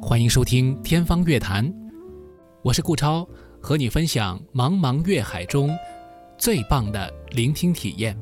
欢迎收听《天方乐坛》，我是顾超，和你分享茫茫乐海中最棒的聆听体验。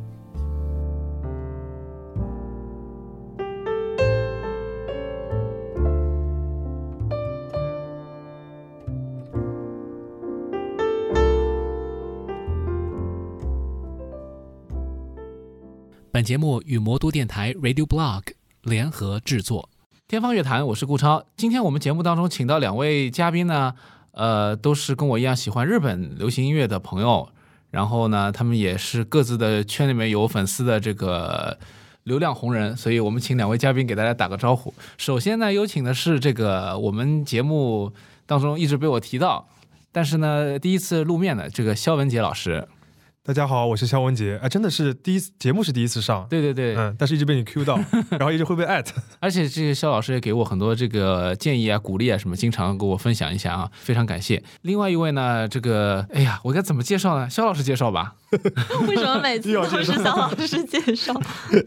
本节目与魔都电台 Radio Blog 联合制作。天方乐坛，我是顾超。今天我们节目当中请到两位嘉宾呢，呃，都是跟我一样喜欢日本流行音乐的朋友。然后呢，他们也是各自的圈里面有粉丝的这个流量红人，所以我们请两位嘉宾给大家打个招呼。首先呢，有请的是这个我们节目当中一直被我提到，但是呢第一次露面的这个肖文杰老师。大家好，我是肖文杰啊，真的是第一次节目是第一次上，对对对，嗯，但是一直被你 Q 到，然后一直会被艾特，而且这个肖老师也给我很多这个建议啊、鼓励啊什么，经常给我分享一下啊，非常感谢。另外一位呢，这个哎呀，我该怎么介绍呢？肖老师介绍吧。 为什么每次都是小老师介绍？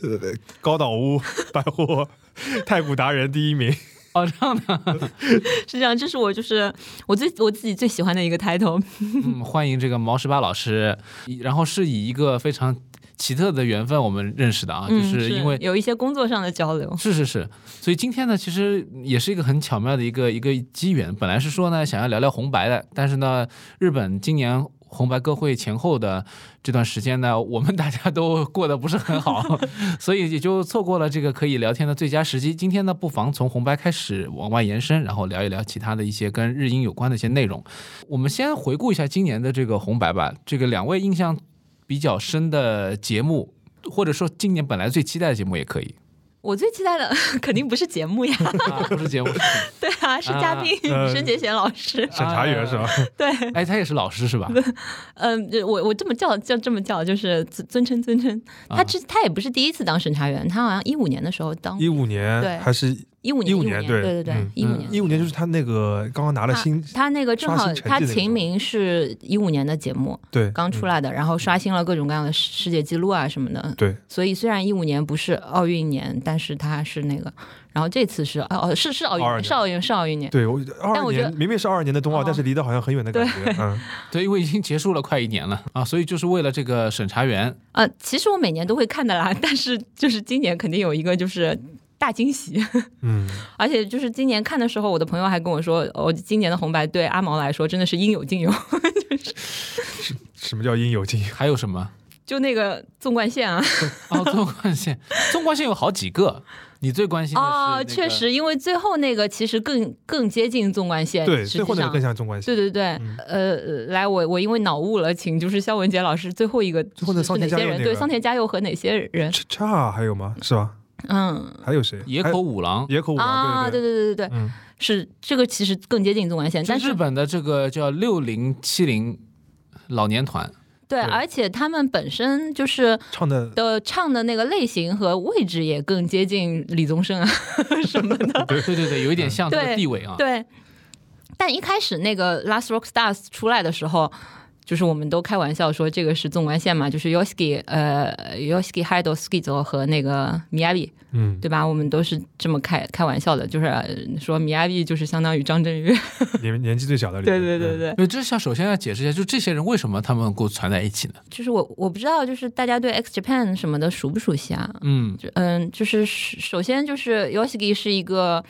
高岛屋百货 太古达人第一名，哦，这样的，是这样，这是我就是我最我自己最喜欢的一个 title。嗯，欢迎这个毛十八老师，然后是以一个非常奇特的缘分我们认识的啊，就嗯，是因为有一些工作上的交流。是是是，所以今天呢，其实也是一个很巧妙的一个一个机缘。本来是说呢，想要聊聊红白的，但是呢，日本今年红白歌会前后的这段时间呢，我们大家都过得不是很好，所以也就错过了这个可以聊天的最佳时机。今天呢，不妨从红白开始往外延伸，然后聊一聊其他的一些跟日英有关的一些内容。我们先回顾一下今年的这个红白吧，这个两位印象比较深的节目。或者说，今年本来最期待的节目也可以，我最期待的肯定不是节目呀， 啊，不是节目，对啊，是嘉宾啊申杰贤老师。 审查员是吧？对，哎，他也是老师是吧？嗯，就我我这么叫叫这么叫，就是尊尊称尊称。啊啊他之他也不是第一次当审查员，他好像一五年的时候当一五对年还是一五年15五年年对对对嗯，一五年一五年就是他那个刚刚拿了他新，他那个正刷好新成绩他的那秦种明是一五年的节目对，刚嗯，出来的，然后刷新了各种各样的世界纪录啊什么的。对，所以虽然一五年不是奥运年，但是它是那个，然后这次是哦哦是是奥运22年是奥运是奥运年，对我二但二我觉得年明明是二二年的冬奥，哦但是离得好像很远的感觉，嗯，对，因为已经结束了快一年了啊，所以就是为了这个审查员，呃，其实我每年都会看的啦，但是就是今年肯定有一个就是。大惊喜！ 嗯，而且就是今年看的时候，我的朋友还跟我说，哦，今年的红白对阿毛来说真的是应有尽有。 什么叫应有尽有？还有什么？就那个纵贯线啊，哦，纵贯线，纵贯线有好几个，你最关心的是、那哦，个确，实，因为最后那个其实更更接近纵贯线，对，实际最后那个上更像纵贯线，对对对，嗯呃，来，我我因为脑雾了，请就是肖文杰老师最后一个最后那是桑田哪佳些佑人？那对，个桑田佳佑和哪些人？叉叉还有吗？是吧？嗯还有谁？野还口五郎。野口五郎，啊，对对对对对对，嗯，是这个其实更接近纵贯线，在哎但日是本的这个叫六零七零老年 团，对，对而且他们本身就是唱的的唱的那个类型和位置也更接近李宗盛啊什么的，对对对，有一点像这个对地位啊。 对。但一开始那个《Last Rock Stars》出来的时候，就是我们都开玩笑说这个是纵贯线嘛，就是 Yoshiki 呃 Yoshiki Haido Skizo 和那个 Miyabi 嗯，对吧？我们都是这么开开玩笑的，就是呃说米亚币就是相当于张震岳，年年纪最小的嗯里对面，对对对，对，这像首先要解释一下，就这些人为什么他们能够传在一起呢？就是我我不知道，就是大家对 X Japan 什么的熟不熟悉啊？嗯，就嗯，就是首先就是 Yoshiki 是一个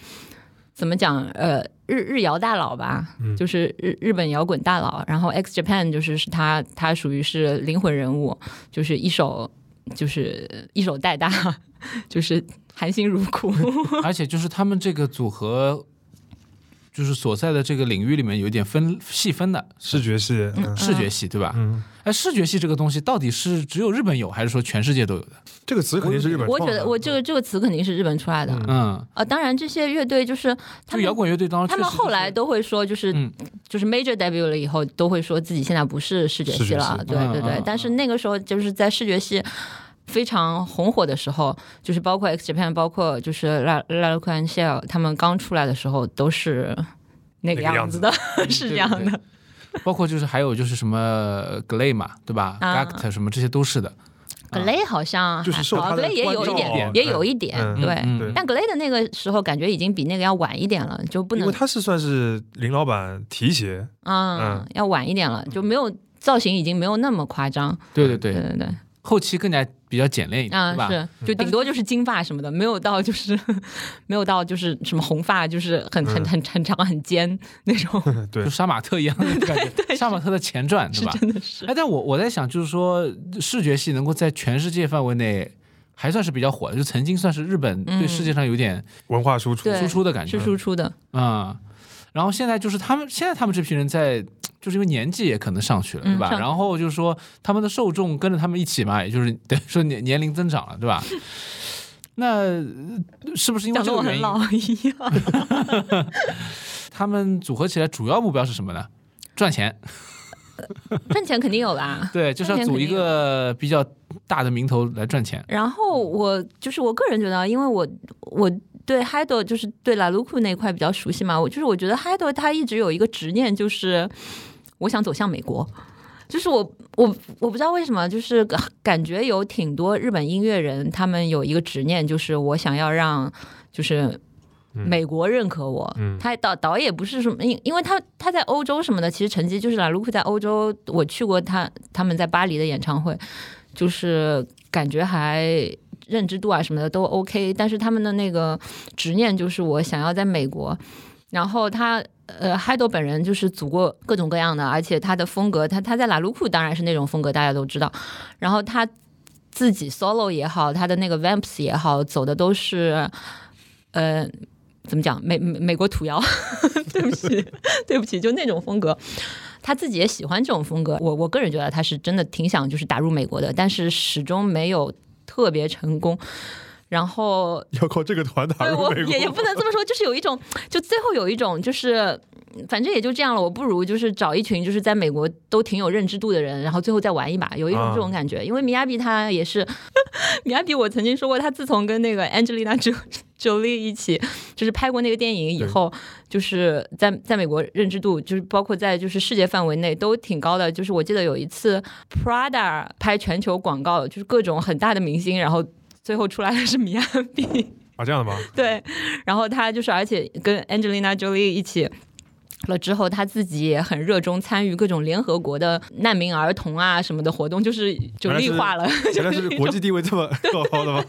怎么讲呃日日摇大佬吧，嗯就是日日本摇滚大佬，然后 X Japan 就是是他他属于是灵魂人物，就是一手就是一手带大， 就是含辛茹苦。哎而且就是他们这个组合，就是所在的这个领域里面有一点分细分的，视觉系，嗯视觉系对吧？嗯，哎，视觉系这个东西到底是只有日本有，还是说全世界都有的？这个词肯定是日本我创觉的，得我这个这个词肯定是日本出来的，嗯嗯，呃，当然这些乐队就是他就们摇滚乐队当中他确实就是，们后来都会说，就是、嗯就是 major debut 了以后，都会说自己现在不是视觉视系觉了，系对嗯对对、嗯但是那个时候就是在视觉系。非常红火的时候，就是包括 X Japan，包括就是 La La q u a n Shell，他们刚出来的时候都是那那个个样样子子的，是这样的。对对对包括就是还有就是什么 Glay 嘛，对吧啊？Gact 什么这些都是的， Glay 好像就是受他的 g l a y 也有一关点照，也有一点，嗯对。嗯对，但 Glay 的那个时候感觉已经比那个要晚一点了，就不因能为他是算是林老板提携，嗯嗯要晚一点了，就没有造型已经没有那么夸张，对对对对，对对，后期更加比较简练一点，啊对吧？是，就顶多就是金发什么的，没有到就是 没有到就是什么红发，就是很很嗯很很长很尖那种，对就，杀马特一样的感觉，杀马特的前传，对是吧？真的是哎，但我我在想，就是说视觉系能够在全世界范围内还算是比较火的，就曾经算是日本嗯对世界上有点文化输出，对输出的感觉是，输出的，嗯。然后现在就是他们，现在他们这批人在，就是因为年纪也可能上去了，对吧？嗯上然后就是说他们的受众跟着他们一起嘛，也就是等于说年年龄增长了，对吧？ 那呃是不是因为讲这的我个原很因，老一样。 他们组合起来主要目标是什么呢？赚钱，赚钱肯定有啦。对，就是要赚钱组肯一定个比较大的名头来赚钱。然后我就是我个人觉得，因为我我对 Hido 就是对 La l u k u 那一块比较熟悉嘛，我就是我觉得 Hido 他一直有一个执念，就是我想走向美国。就是我我我不知道为什么，就是感觉有挺多日本音乐人，他们有一个执念，就是我想要让就是嗯美国认可我。嗯他导导也不是什么，因因为他他在欧洲什么的，其实成绩就是拉鲁库在欧洲，我去过他他们在巴黎的演唱会，就是感觉还认知度啊什么的都 OK，但是他们的那个执念就是我想要在美国，然后他。呃，海斗本人就是组过各种各样的，而且他的风格，他他在拉鲁库当然是那种风格，大家都知道。然后他自己 solo 也好，他的那个 vamps 也好，走的都是，呃，怎么讲，美美美国土窑， 对不起， 对不起，就那种风格。他自己也喜欢这种风格，我我个人觉得他是真的挺想就是打入美国的，但是始终没有特别成功。然后要靠这个团打对入我美国，也也不能这么说，就是有一种，就最后有一种就是。反正也就这样了，我不如就是找一群就是在美国都挺有认知度的人，然后最后再玩一把，有一种啊这种感觉。因为米亚比他也是， 米亚比我曾经说过，他自从跟那个 Angelina Jo- Jolie 一起就是拍过那个电影以后，就是在在美国认知度就是包括在就是世界范围内都挺高的。就是我记得有一次 Prada 拍全球广告，就是各种很大的明星，然后最后出来的是米亚比。啊，这样的吗？对，然后他就是，而且跟 Angelina Jolie 一起。了之后，他自己也很热衷参与各种联合国的难民儿童啊什么的活动，就是就原来绿是化 了，原来 就是一国种际地位这么高 的吗？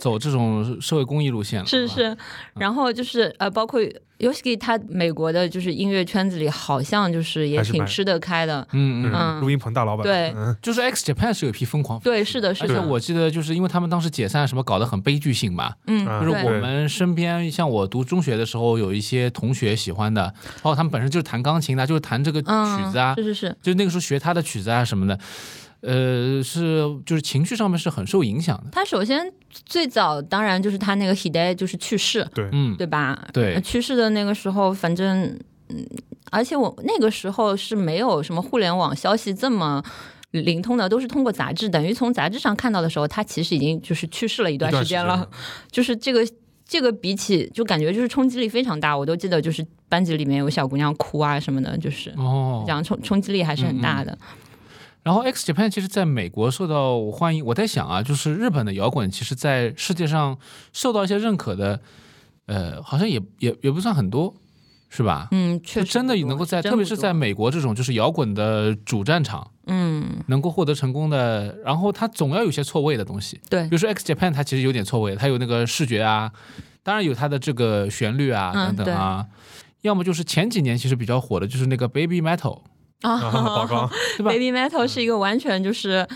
走这种社会公益路线了，是吧，啊是，然后就是呃，包括 Yoshiki，他美国的就是音乐圈子里好像就是也还是挺蛮吃得开的，嗯嗯，嗯录音棚大老板，对嗯就是 X Japan 是有一批疯狂粉对，是的，是而且的，我记得，就是因为他们当时解散什么搞得很悲剧性嘛，嗯，啊就是对我们身边，像我读中学的时候，有一些同学喜欢的，包括他们本身就是弹钢琴的，就是弹这个嗯曲子啊，是是是，就那个时候学他的曲子啊什么的，呃，是就是情绪上面是很受影响的，他首先最早当然就是他那个 Hide 就是去世，嗯，对吧？对呃去世的那个时候，反正嗯，而且我那个时候是没有什么互联网消息这么。灵通的都是通过杂志，等于从杂志上看到的时候，他其实已经就是去世了一一段时时间了。 就是这个这个比起就感觉就是冲击力非常大，我都记得就是班级里面有小姑娘哭啊什么的，就是哦嗯这，样冲冲击力还是很大的。然后 X Japan 其实在美国受到欢迎，我在想啊，就是日本的摇滚其实在世界上受到一些认可的，呃，好像也也也不算很多，是吧？嗯，就确实真的不多能够在，真特别不是多在美国这种就是摇滚的主战场，嗯，能够获得成功的，然后它总要有些错位的东西。对比如说 X Japan，它其实有点错位，它有那个视觉啊，当然有它的这个旋律啊嗯等等啊，要么就是前几年其实比较火的，就是那个 Baby Metal，啊，啊，宝 钢，对吧？嗯 Baby Metal 是一个完全就是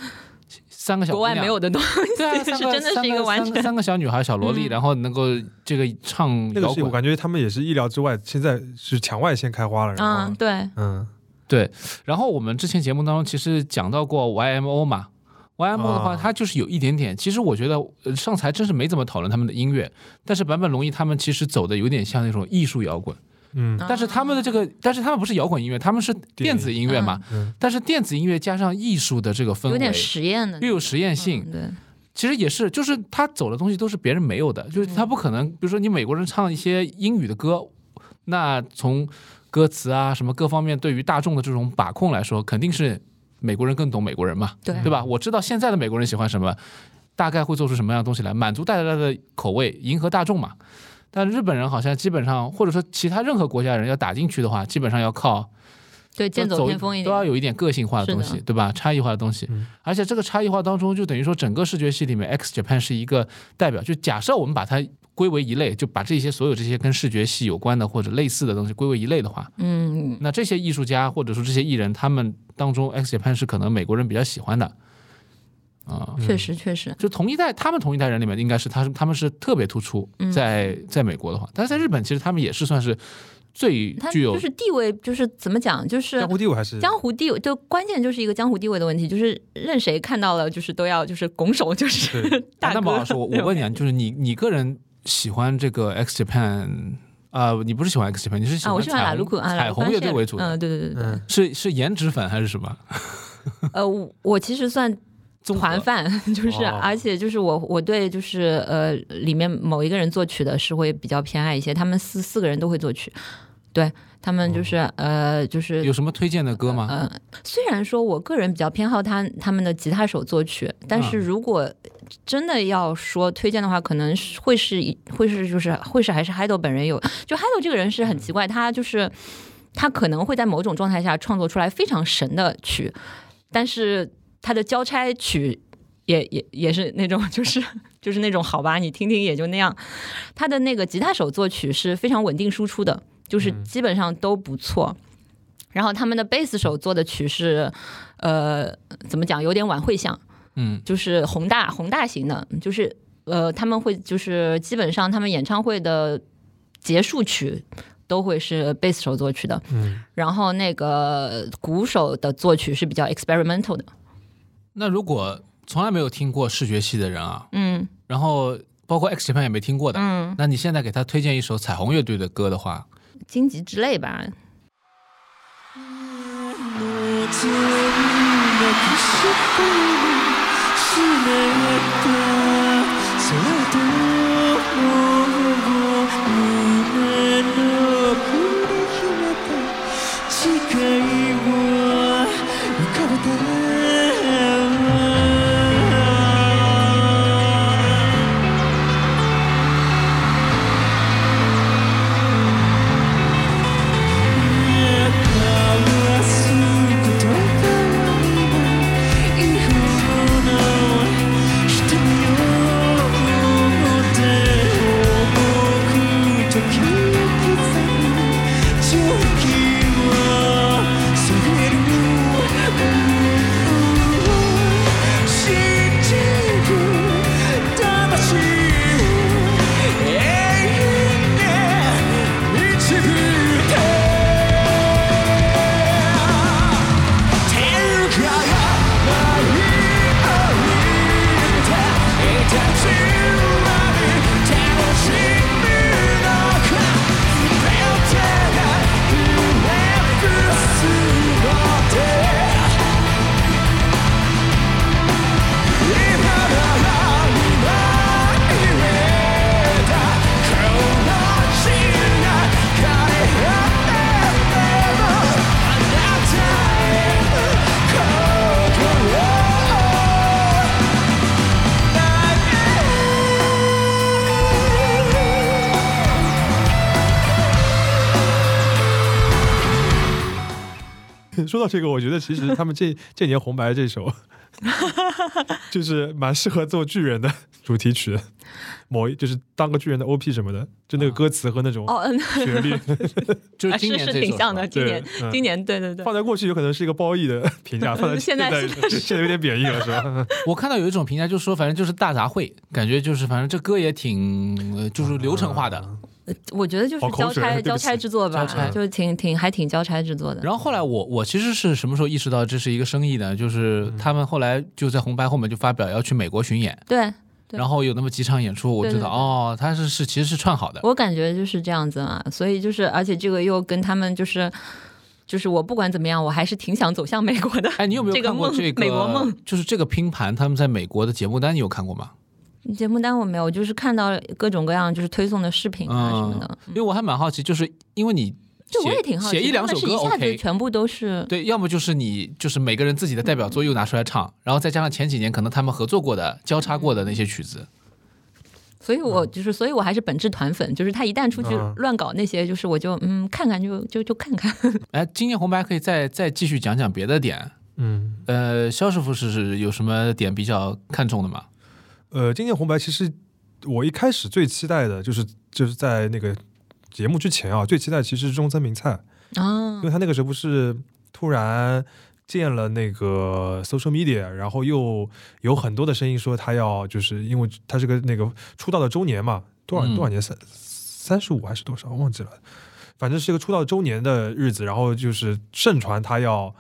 三个小国姑外娘没有的东西，对 啊，是三个真的三是一个完三个全三个小女孩小萝莉，嗯然后能够这个唱那个摇是我滚，感觉他们也是意料之外，现在是墙外先开花了，然嗯，后对， 嗯，对。然后我们之前节目当中其实讲到过 YMO 嘛。YMO 的话，啊它就是有一点点。其实我觉得呃上次还真是没怎么讨论他们的音乐，但是坂本龙一他们其实走的有点像那种艺术摇滚，啊嗯但是他们的这个，但是他们不是摇滚音乐，他们是电子音乐嘛。嗯但是电子音乐加上艺术的这个氛有点围，实验的又有实验性，嗯对，其实也是，就是他走的东西都是别人没有的，就是他不可能，比如说你美国人唱一些英语的歌，那从歌词啊什么各方面对于大众的这种把控来说，肯定是美国人更懂美国人嘛，对对吧？我知道现在的美国人喜欢什么，大概会做出什么样的东西来，满足大家的口味，迎合大众嘛。但日本人好像基本上，或者说其他任何国家人要打进去的话，基本上要靠对，剑走偏锋一都要点，有一啊点个性化的东是西，的对吧？差异化的东西，嗯而且这个差异化当中，就等于说整个视觉系里面，X Japan 是一个代表。就假设我们把它归为一类，就把这些所有这些跟视觉系有关的或者类似的东西归为一类的话，嗯，那这些艺术家或者说这些艺人，他们当中 X Japan 是可能美国人比较喜欢的，啊、确实确实，就同一代，他们同一代人里面，应该是他是他们是特别突出嗯，在在美国的话，但是在日本其实他们也是算是最他具有就是地位，就是怎么讲，就是江湖地位还是江湖地位，就关键就是一个江湖地位的问题，就是任谁看到了，就是都要就是拱手，就是对 大那哥。么老师，我我问你啊，就是你你个人喜欢这个 X Japan 啊、你不是喜欢 X Japan，你是喜啊，我欢喜欢彩拉鲁库虹、啊，彩虹乐队为主的，嗯，对对对对，嗯是是颜值粉还是什么？呃，我我其实算综合团饭， 就是哦而且就是我我对就是呃里面某一个人作曲的是会比较偏爱一些，他们四四个人都会作曲，对他们就是哦呃就是有什么推荐的歌吗？嗯，虽然说我个人比较偏好他他们的吉他手作曲，但是如果真的要说推荐的话，可能是会是一会是就是会是还是海斗本人有，就海斗这个人是很奇怪，他就是他可能会在某种状态下创作出来非常神的曲，但是他的交差曲。也也也是那种，就是就是那种，好吧，你听听也就那样。他的那个吉他手作曲是非常稳定输出的，就是嗯基本上都不错。然后他们的贝斯手做的曲是，呃，怎么讲，有点晚会像，嗯，就是宏大宏大型的，就是呃，他们会就是基本上他们演唱会的结束曲都会是贝斯手作曲的，嗯然后那个鼓手的作曲是比较 experimental 的，那如果从来没有听过视觉系的人啊，嗯然后包括 X Japan 也没听过的，嗯，那你现在给他推荐一首彩虹乐队的歌的话，荆棘之类吧，说到这个，我觉得其实他们这这年红白 这首，就是蛮适合做巨人的主题曲，某一就是当个巨人的 OP 什么的，就那个歌词和那种哦，嗯，旋律， 就是啊今是年这首是吧、挺像的，今对年，嗯今年对对对，放在过去有可能是一个褒 义的评价，放在现在在现在是现在有点贬义了，是吧？我看到有一种评价，就是说反正就是大杂烩，感觉就是反正这歌也挺呃就是流程化的。我觉得就好是口交水差对不交起差制作吧交差，就是挺挺还挺交差制作的，然后后来我我其实是什么时候意识到这是一个生意呢？就是他们后来就在红白后面就发表要去美国巡演，对对然后有那么几场演出，我知对哦道对对哦，他是是其实是串好的。我感觉就是这样子嘛，所以就是，而且这个又跟他们就是，就是我不管怎么样，我还是挺想走向美国的。 哎，你有没这有个看过梦这个美国梦就是这个拼盘，他们在美国的节目单，你有看过吗？节目单我没有，嗯我就是看到各种各样就是推送的视频啊什么的。因为我还蛮好奇，就是因为你对，我也写挺好奇，写一两首歌他们是一下子 OK，全部都是对，要么就是你就是每个人自己的代表嗯作又拿出来唱，然后再加上前几年可能他们合作过的、交叉过的那些曲子，所以我就是，所以我还是本质团粉，就是他一旦出去嗯乱搞那些，就是我就嗯看看就就就看 看。哎，今年红白可以再再继续讲讲别的点。嗯，呃，肖师傅是是有什么点比较看重的吗？呃，今年红白其实我一开始最期待的就是就是在那个节目之前啊，最期待其实是中森明菜，啊因为他那个时候不是突然建了那个 social media，然后又有很多的声音说他要就是因为他是个那个出道的周年嘛，多少嗯多少年三三十五还是多少我忘记了，反正是一个出道周年的日子，然后就是盛传他要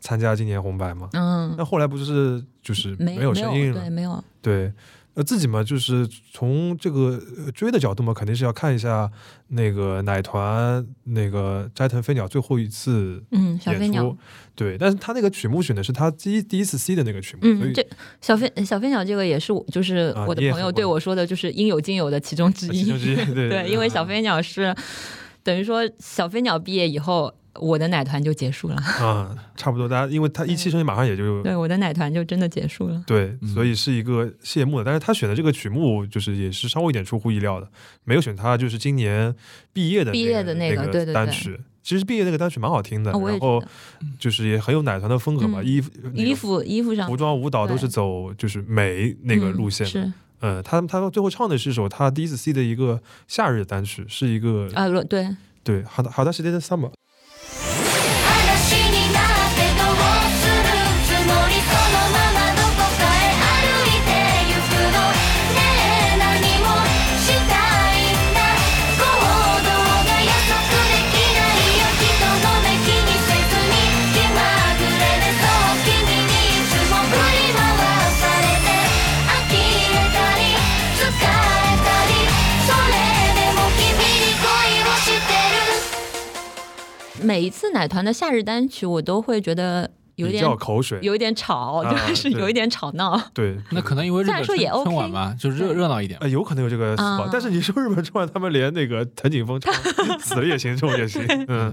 参加今年红白嘛。嗯，那后来不是就是没没有声音了对，，没有。对，呃，自己嘛，就是从这个呃追的角度嘛，肯定是要看一下那个奶团那个斋藤飞鸟最后一次嗯，小飞演鸟出，，对，但是他那个曲目选的是他第一第一次 C 的那个曲目，所以嗯，这小飞小飞鸟这个也是我，就是啊我的你也朋友很对关我说的，就是应有尽有的其中之啊其一中。之一，对嗯 对，因为小飞鸟是等于说小飞鸟毕业以后，我的奶团就结束了。啊，差不多，大家因为他一期生马上也就对，我的奶团就真的结束了。对嗯，所以是一个谢幕的。但是他选的这个曲目，就是也是稍微有点出乎意料的，没有选他就是今年毕业的毕业的那那个个对对对单曲。其实毕业那个单曲蛮好听的，啊我也然觉后得就是也很有奶团的风格嘛，嗯衣服、那个衣服衣服上服装、舞蹈都是对走就是美那个嗯路线的。是呃，他他们最后唱的是一首他第一次 C 的一个夏日单曲，是一个、啊，伦对，对，好的好的，是的 summer。 「嵐になってどうするつもり」「そのままどこかへ歩いてゆくの」「ねえ何もしたいんだ」「行動が約束できないよ」「人の目気にせずに気まぐれでそう君にいつも振り回されて」「呆れたり疲れたり」「それでも君に恋をしてる」每一次奶团的夏日单曲，我都会觉得有比点较口水，有一点吵，啊就是对嗯有一点吵闹。对，那可能因为日虽本然春说也 OK 春晚嘛，就热对热闹一点呃，。有可能有这个思考，啊但是你说日本春晚，他们连那个藤井 风唱死了也行，这种也行，嗯，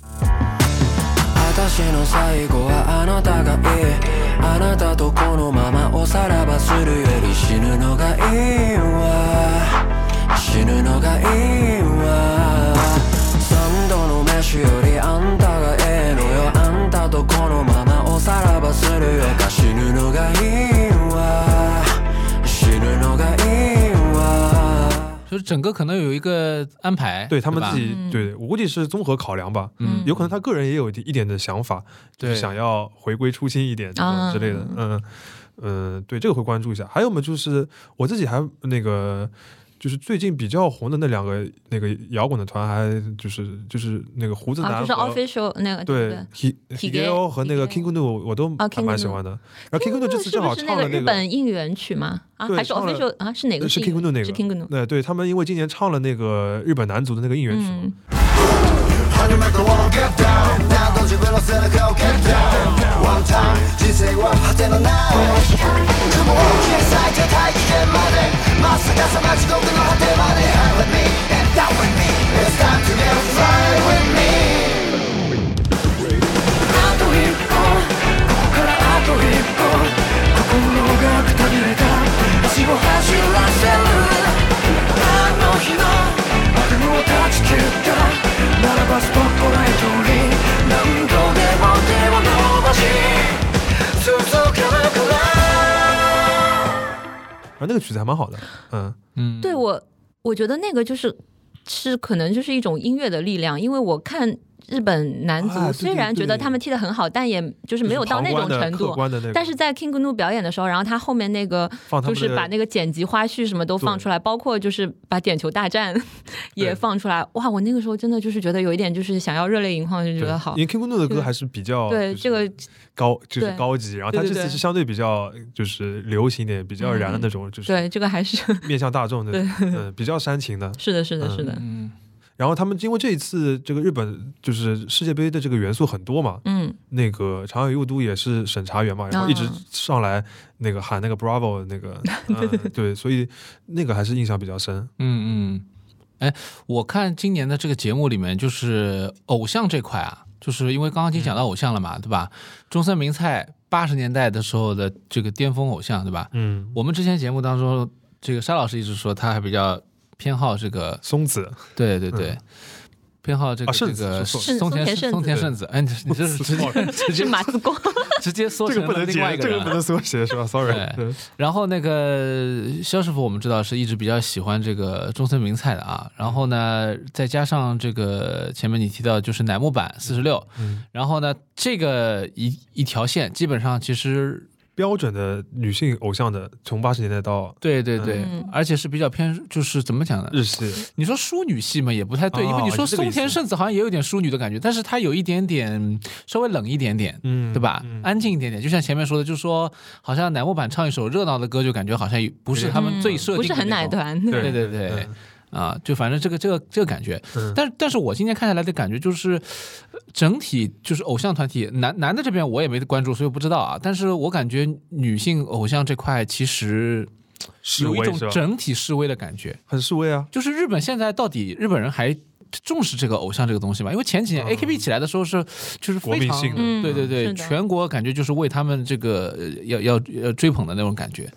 私の最後はあなたがいいあなたとこのままおさらばするより死ぬのがいいわ死ぬのがいいわ三度の飯よりあんたがええのよあんたとこのままおさらばするよか死ぬのがいいわ死ぬのがいいわ就是整个可能有一个安排，对他们吧自己，嗯对我估计是综合考量吧，嗯有可能他个人也有一点的想法，就对是想要回归初心一点这种之类的啊，嗯嗯，对这个会关注一下。还有嘛，就是我自己还那个。就是最近比较红的那两个那个摇滚的团，还就是就是那个胡子啊，男就和、是 official 那个对啊 He Hige- Higeo 和那个 Higeo King Gnu 我都啊还蛮喜欢的。然后 King Gnu 这次正好是唱那了日那个本应援曲吗？啊，对还是唱了 official 啊？是哪个？呃是应 King Gnu 那个是 King Gnu。对对，他们因为今年唱了那个日本男足的那个应援曲嘛嗯，然后那个曲子还蛮好的，嗯，嗯，对我，我觉得那个就是是可能就是一种音乐的力量，因为我看日本男足，啊对虽然对觉得对他们踢得很好，但也就是没有到那种就是旁程观的客度。观的那个，但是在 King Gnu 表演的时候，然后他后面那个放他就们是把那个剪辑花絮什么都放出来，包括就是把点球大战 也对放出来。哇，我那个时候真的就是觉得有一点就是想要热泪盈眶，就觉对得好因。为 King Gnu 的这个歌还是比较对就是这个，高就是对高级，然后他对这对对嗯次是相对比较就是流行一点，比较燃的那种，就是对这个还是。面向大众的，嗯，比较煽情的是的，是的，是的，嗯，然后他们因为这一次这个日本就是世界杯的这个元素很多嘛，嗯那个长野佑都也是审查员嘛，然后一直啊上来那个 呃喊那个 Bravo 那个，嗯、对，所以那个还是印象比较深。嗯嗯，我看今年的这个节目里面，就是偶像这块啊，就是因为刚刚已经讲到偶像了嘛，对吧？中森明菜八十年代的时候的这个巅峰偶像，对吧？嗯，我们之前节目当中，这个沙老师一直说他还比较偏好这个，松子对对对，偏好这个、嗯啊这圣子个说错松了松田田圣子松田圣子，哎，你你这是直接 直是接马子光，直接缩这成个不了能另外一个解，这人个啊不能缩写是 吧？Sorry，对对然后那个肖师傅，我们知道是一直比较喜欢这个中森明菜的啊。然后呢，再加上这个前面你提到就是乃木坂四十六嗯，然后呢这个一一条线，基本上其实标准的女性偶像的，从八十年代到对对对嗯，而且是比较偏就是怎么讲呢？日系，你说淑女系嘛也不太对，哦因为你说是这个松意思田圣子好像也有点淑女的感觉，但是她有一点点稍微冷一点点，嗯对吧？嗯安静一点点，就像前面说的，就是说好像乃木坂唱一首热闹的歌，就感觉好像不是他们最设定嗯不的是很那奶种团，对对对嗯啊，就反正这个这个这个感觉，嗯但但是我今天看下来的感觉就是，呃整体就是偶像团体男男的这边我也没关注，所以我不知道啊。但是我感觉女性偶像这块其实示有一威种是吧？整体示威的感觉，很示威啊，就是日本现在到底日本人还重视这个偶像这个东西吗？因为前几年嗯 AKB 起来的时候是就是国非民常性的嗯对对对，是的全国感觉就是为他们这个呃要要要追捧的那种感觉，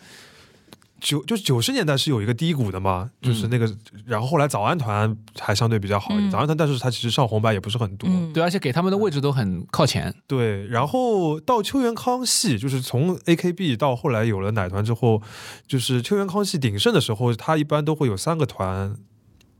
九就是九十年代是有一个低谷的嘛，就是那个，然后后来早安团还相对比较好一点，嗯早安团但是它其实上红白也不是很多，嗯，对，而且给他们的位置都很靠前，对，然后到秋元康系，就是从 AKB 到后来有了奶团之后，就是秋元康系鼎盛的时候，它一般都会有三个团，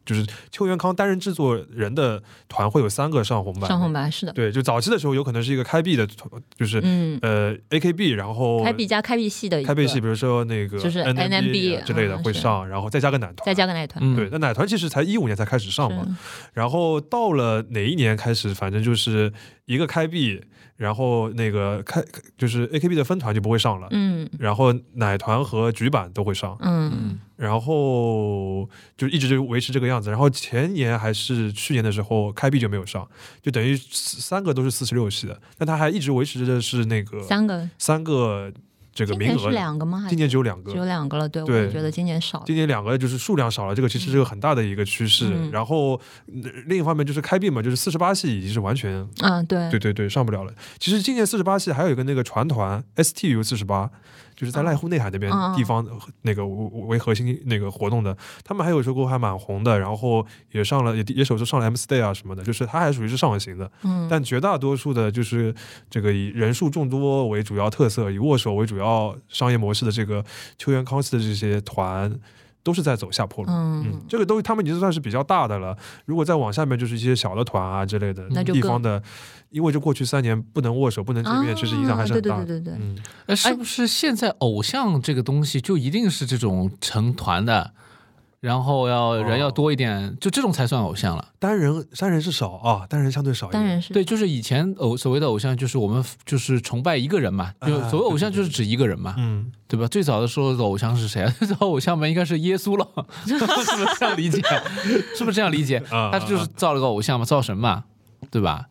就是秋元康担任制作人的团会有三个上红版。上红。白是的，对，就早期的时候有可能是一个开闭的团，就是、嗯，呃 AKB，然后开闭加开闭系的一开闭系，个比如说那个就是 NMB NMB 啊之类的嗯会是上，然后再加个奶团。再加个奶团，嗯，对，那奶团其实才一五年才开始上嘛，然后到了哪一年开始，反正就是一个开闭，然后那个开就是 AKB 的分团就不会上了，嗯然后奶团和局版都会上，嗯然后就一直就维持这个样子。然后前年还是去年的时候，开闭就没有上，就等于四三个都是四十六系的，但他还一直维持着是那个三个，三个这个今名年是额，两个吗？还今是年只有两个只，有两个了，对，我对也觉得今年少了，今年两个就是数量少了，这个其实是个很大的一个趋势。嗯然后呃另一方面就是开闭嘛，就是四十八系已经是完全嗯，对对，对对上不了了。其实今年四十八系还有一个那个船团 STU 四十八，就是在濑户内海那边嗯嗯地方、呃那个为为核心那个活动的，他们还有时候还蛮红的，然后也上了也也首次上了 M Stay 啊什么的，就是它还属于是上行的。嗯，但绝大多数的就是这个以人数众多为主要特色，以握手为主要商业模式的这个秋元康熙的这些团，都是在走下坡路。嗯嗯，这个都他们已经算是比较大的了。如果再往下面就是一些小的团啊之类的那就地更方的，因为就过去三年不能握手、不能见面，啊其实影响还是很大的。对对对对对嗯，哎，是不是现在偶像这个东西就一定是这种成团的，然后哦要人要多一点，就这种才算偶像了？单人单人是少啊，单人相对少一点。当然是对，就是以前偶所谓的偶像，就是我们就是崇拜一个人嘛，就啊所谓偶像就是指一个人嘛，嗯，对吧？最早的时候的偶像是谁啊？ 最早偶像们应该是耶稣了， 是不是这样理解？ 是不是这样理解？啊他就是造了个偶像嘛，造神嘛，对吧？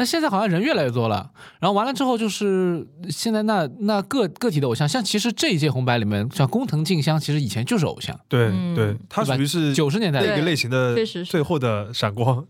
那现在好像人越来越多了，然后完了之后就是现在那那个个体的偶像，像其实这一届红白里面，像工藤静香，其实以前就是偶像，对嗯对，它对吧属于是九十年代那的，个对类型的确实是最后的闪光。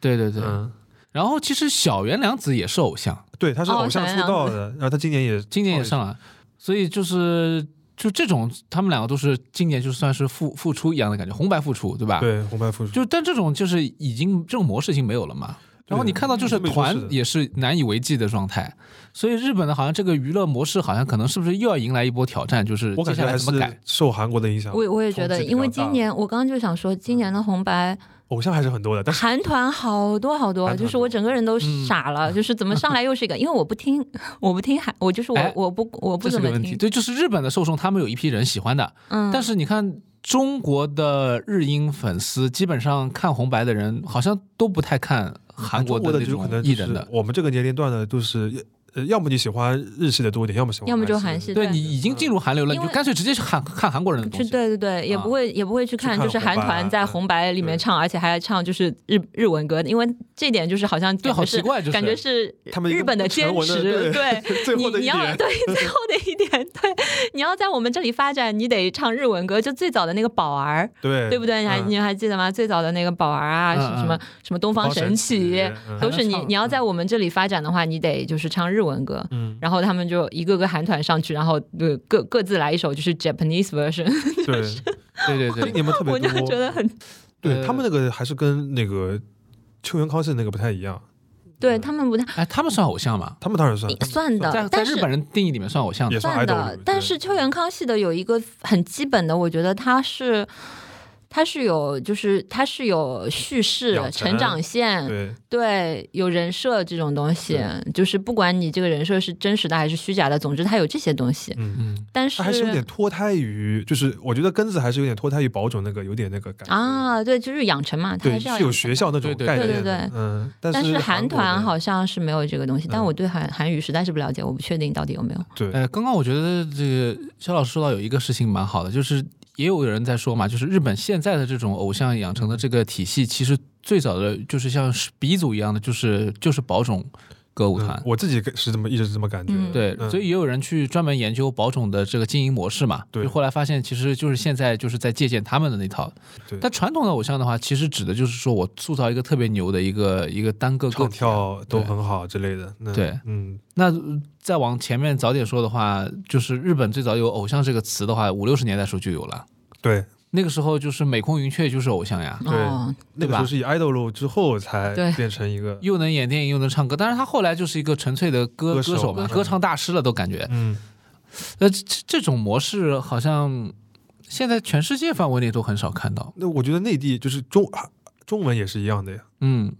对对对。嗯，然后其实小原良子也是偶像，对，他是哦偶像小出原道良子的，然后他今年哦也今年也上了，所以就是就这种，他们两个都是今年就算是复复出一样的感觉，红白复出，对吧？。对红白复出。就但这种就是已经这种模式已经没有了嘛。然后你看到就是团也是难以为继的状态，所以日本的好像这个娱乐模式好像可能是不是又要迎来一波挑战，就是我接感下觉来还怎么改是？受韩国的影响，我也我也觉冲得，击比因为较大今年我刚刚就想说，今年的红白偶像还是很多的，但是韩团好多好多，韩团嗯就是我整个人都傻了，就是怎么上来又是一个，因为我不听，我不听韩，我就是哎我我不我不这是怎个么问题。嗯听，对，就是日本的受众他们有一批人喜欢的，嗯，但是你看中国的日英粉丝，基本上看红白的人好像都不太看韩中国国的的那就可种能艺就人是的。我们这个年龄段的，都是呃，要么你喜欢日系的多一点，要么喜欢要么就韩韩系系的。对对你已经进入韩流了，你因就为干脆直接去看看韩国人的就东西。对对对，也啊不会也不会去看，看就是红白韩团在红白里面对唱，而且还唱就是日日文歌，因为这点就是好像对感觉好是奇怪就是感觉是他们一个日本的不成坚文的持，对 最后对，你的一你要点对最后的一点，对，你要在我们这里发展，你得唱日文歌，就最早的那个宝儿，对对不对？你还嗯你还记得吗？最早的那个宝儿啊，嗯是什么嗯什么东方神 起，嗯都是你还能唱你要在我们这里发展的话，你得就是唱日文歌，嗯，然后他们就一个个韩团上去，然后呃各各自来一首就是 Japanese version， 对，对对今对年嘛特别我就多，觉得很对呃他们那个还是跟那个秋元康熙那个不太一样，对他们不太哎，他们算偶像吗？他们当然嗯算，算在的，在呃但日是本人定义里面算偶像的也算算 idol 的对。但是秋元康系的有一个很基本的，我觉得它是。它是有，就是它是有叙事养、成成长线，对对，有人设这种东西，就是不管你这个人设是真实的还是虚假的，总之它有这些东西。嗯嗯，但是他还是有点脱胎于，就是我觉得根子还是有点脱胎于保种那个有点那个感觉，啊，对，就是养成嘛，它对，还是要是有养学成校的。那种对对概念的，对对对嗯，但是是韩国团的好像是没有这个东西，但嗯我对韩韩语实在是不了解，我不确定到底有没有。对，呃，刚刚我觉得这个肖老师说到有一个事情蛮好的，就是也有人在说嘛，就是日本现在的这种偶像养成的这个体系，其实最早的就是像是鼻祖一样的，就是就是宝冢歌舞嗯团。我自己是这么一直是这么感觉的，嗯对，嗯所以也有人去专门研究宝冢的这个经营模式嘛。对就后来发现其实就是现在就是在借鉴他们的那套。对但传统的偶像的话，其实指的就是说我塑造一个特别牛的一个一个单个个唱体啊。跳都对很好之类的，那对，嗯，那呃再往前面早点说的话，就是日本最早有偶像这个词的话，五六十年代时候就有了。对，那个时候就是美空云雀就是偶像呀，对哦，那个时吧候是以 idol 路之后才对变成一 个，又能演电影又能唱歌，当然他后来就是一个纯粹的歌歌歌手手嘛，歌手歌唱大师了都感觉。嗯，呃，这这这种模式好像现在全世界范围内都很少看到。那我觉得内地就是中啊中文也是一样的呀，嗯，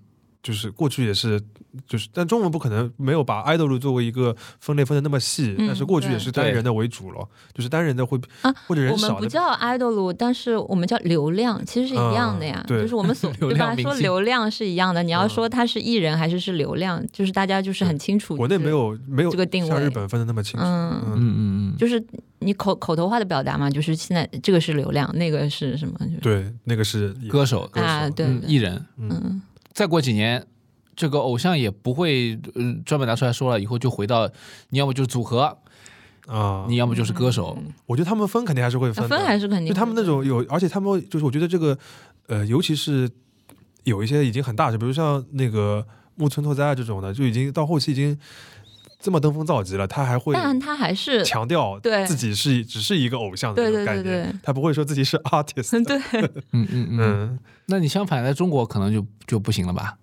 就是过去也是，就是但中文不可能没有把 idol 路作为一个分类分的那么细，嗯但是过去也是单对人的为主了，就是单人的会啊或者我人们少不的叫 idol，但是我们叫流量，其实是一样的呀。嗯对就是我 们所流对量吧？明说星流量是一样的，你要说他是艺人还是是流量，就是大家就是嗯很清楚。嗯国内没，有没有这个定像位日本分的那么清楚，嗯嗯嗯嗯嗯，就是你口口头化的表达嘛，就是现在这个是流量，那个是什么？就是对，那个是歌手，歌手啊，对嗯，艺人。嗯，再过几年，这个偶像也不会呃专门拿出来说了，以后就回到你要么就是组合，啊，你要么就是歌手。嗯我觉得他们分肯定还是会分的，啊分还是肯定就他们那种有，而且他们就是我觉得这个，呃，尤其是有一些已经很大，就比如像那个木村拓哉啊这种的，就已经到后期已经这么登峰造极了，他还会但他还是强调对自己是只是一个偶像的那对种对概对念，对他不会说自己是 artist。 对，嗯嗯嗯。嗯，那你相反在中国可能就就不行了吧？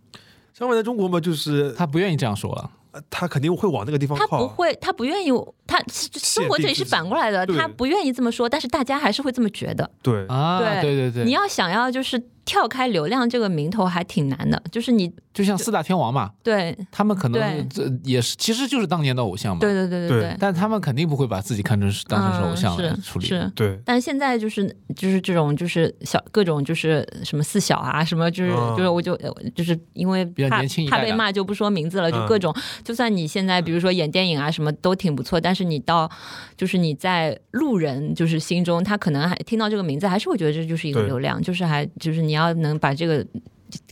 相反在中国嘛，就是他不愿意这样说了。呃他肯定会往那个地方他靠，不会，他不愿意，他是中国这里是反过来的，对他不愿意这么说，但是大家还是会这么觉得。对，啊，对对对对，你要想要就是跳开流量这个名头还挺难的，就是你就像四大天王嘛，对他们可能嗯对这也是其实就是当年的偶像嘛，对对对对对，但他们肯定不会把自己看成是当成是偶像来嗯处理。是是。对，但现在就是就是这种就是小各种就是什么四小啊什么就是、嗯就是我就就是因为较怕年轻一代怕的被骂就不说名字了，就嗯各种、就算你现在比如说演电影啊什么都挺不错，但是你到就是你在路人就是心中，他可能还听到这个名字还是会觉得这就是一个对流量，就是还就是你要能把这个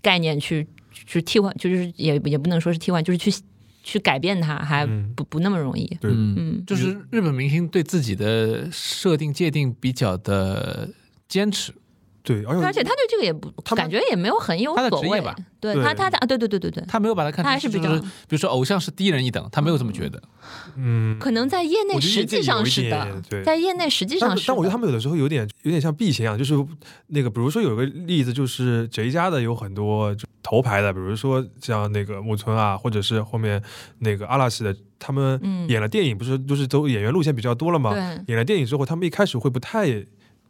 概念去去替换，就是也也不能说是替换，就是去去改变它还嗯不不那么容易，对嗯，嗯就是日本明星对自己的设定界定比较的坚持，对，而且而且他对这个也不嗯他们感觉也没有很有他的所职业谓吧，对对他他的啊，对对对对对，他没有把它看他成还是是比就较是比如说偶像是低人一等，他没有这么觉得。嗯，可能在业内我觉得实业界际上有一是点的对，在业内实际上但是的，但我觉得他们有的时候有点有点像避嫌一样，就是那个，比如说有个例子，就是谁家的有很多就头牌的，比如说像那个木村啊，或者是后面那个阿拉西的，他们嗯演了电影，不是就是走演员路线比较多了吗？对。演了电影之后，他们一开始会不太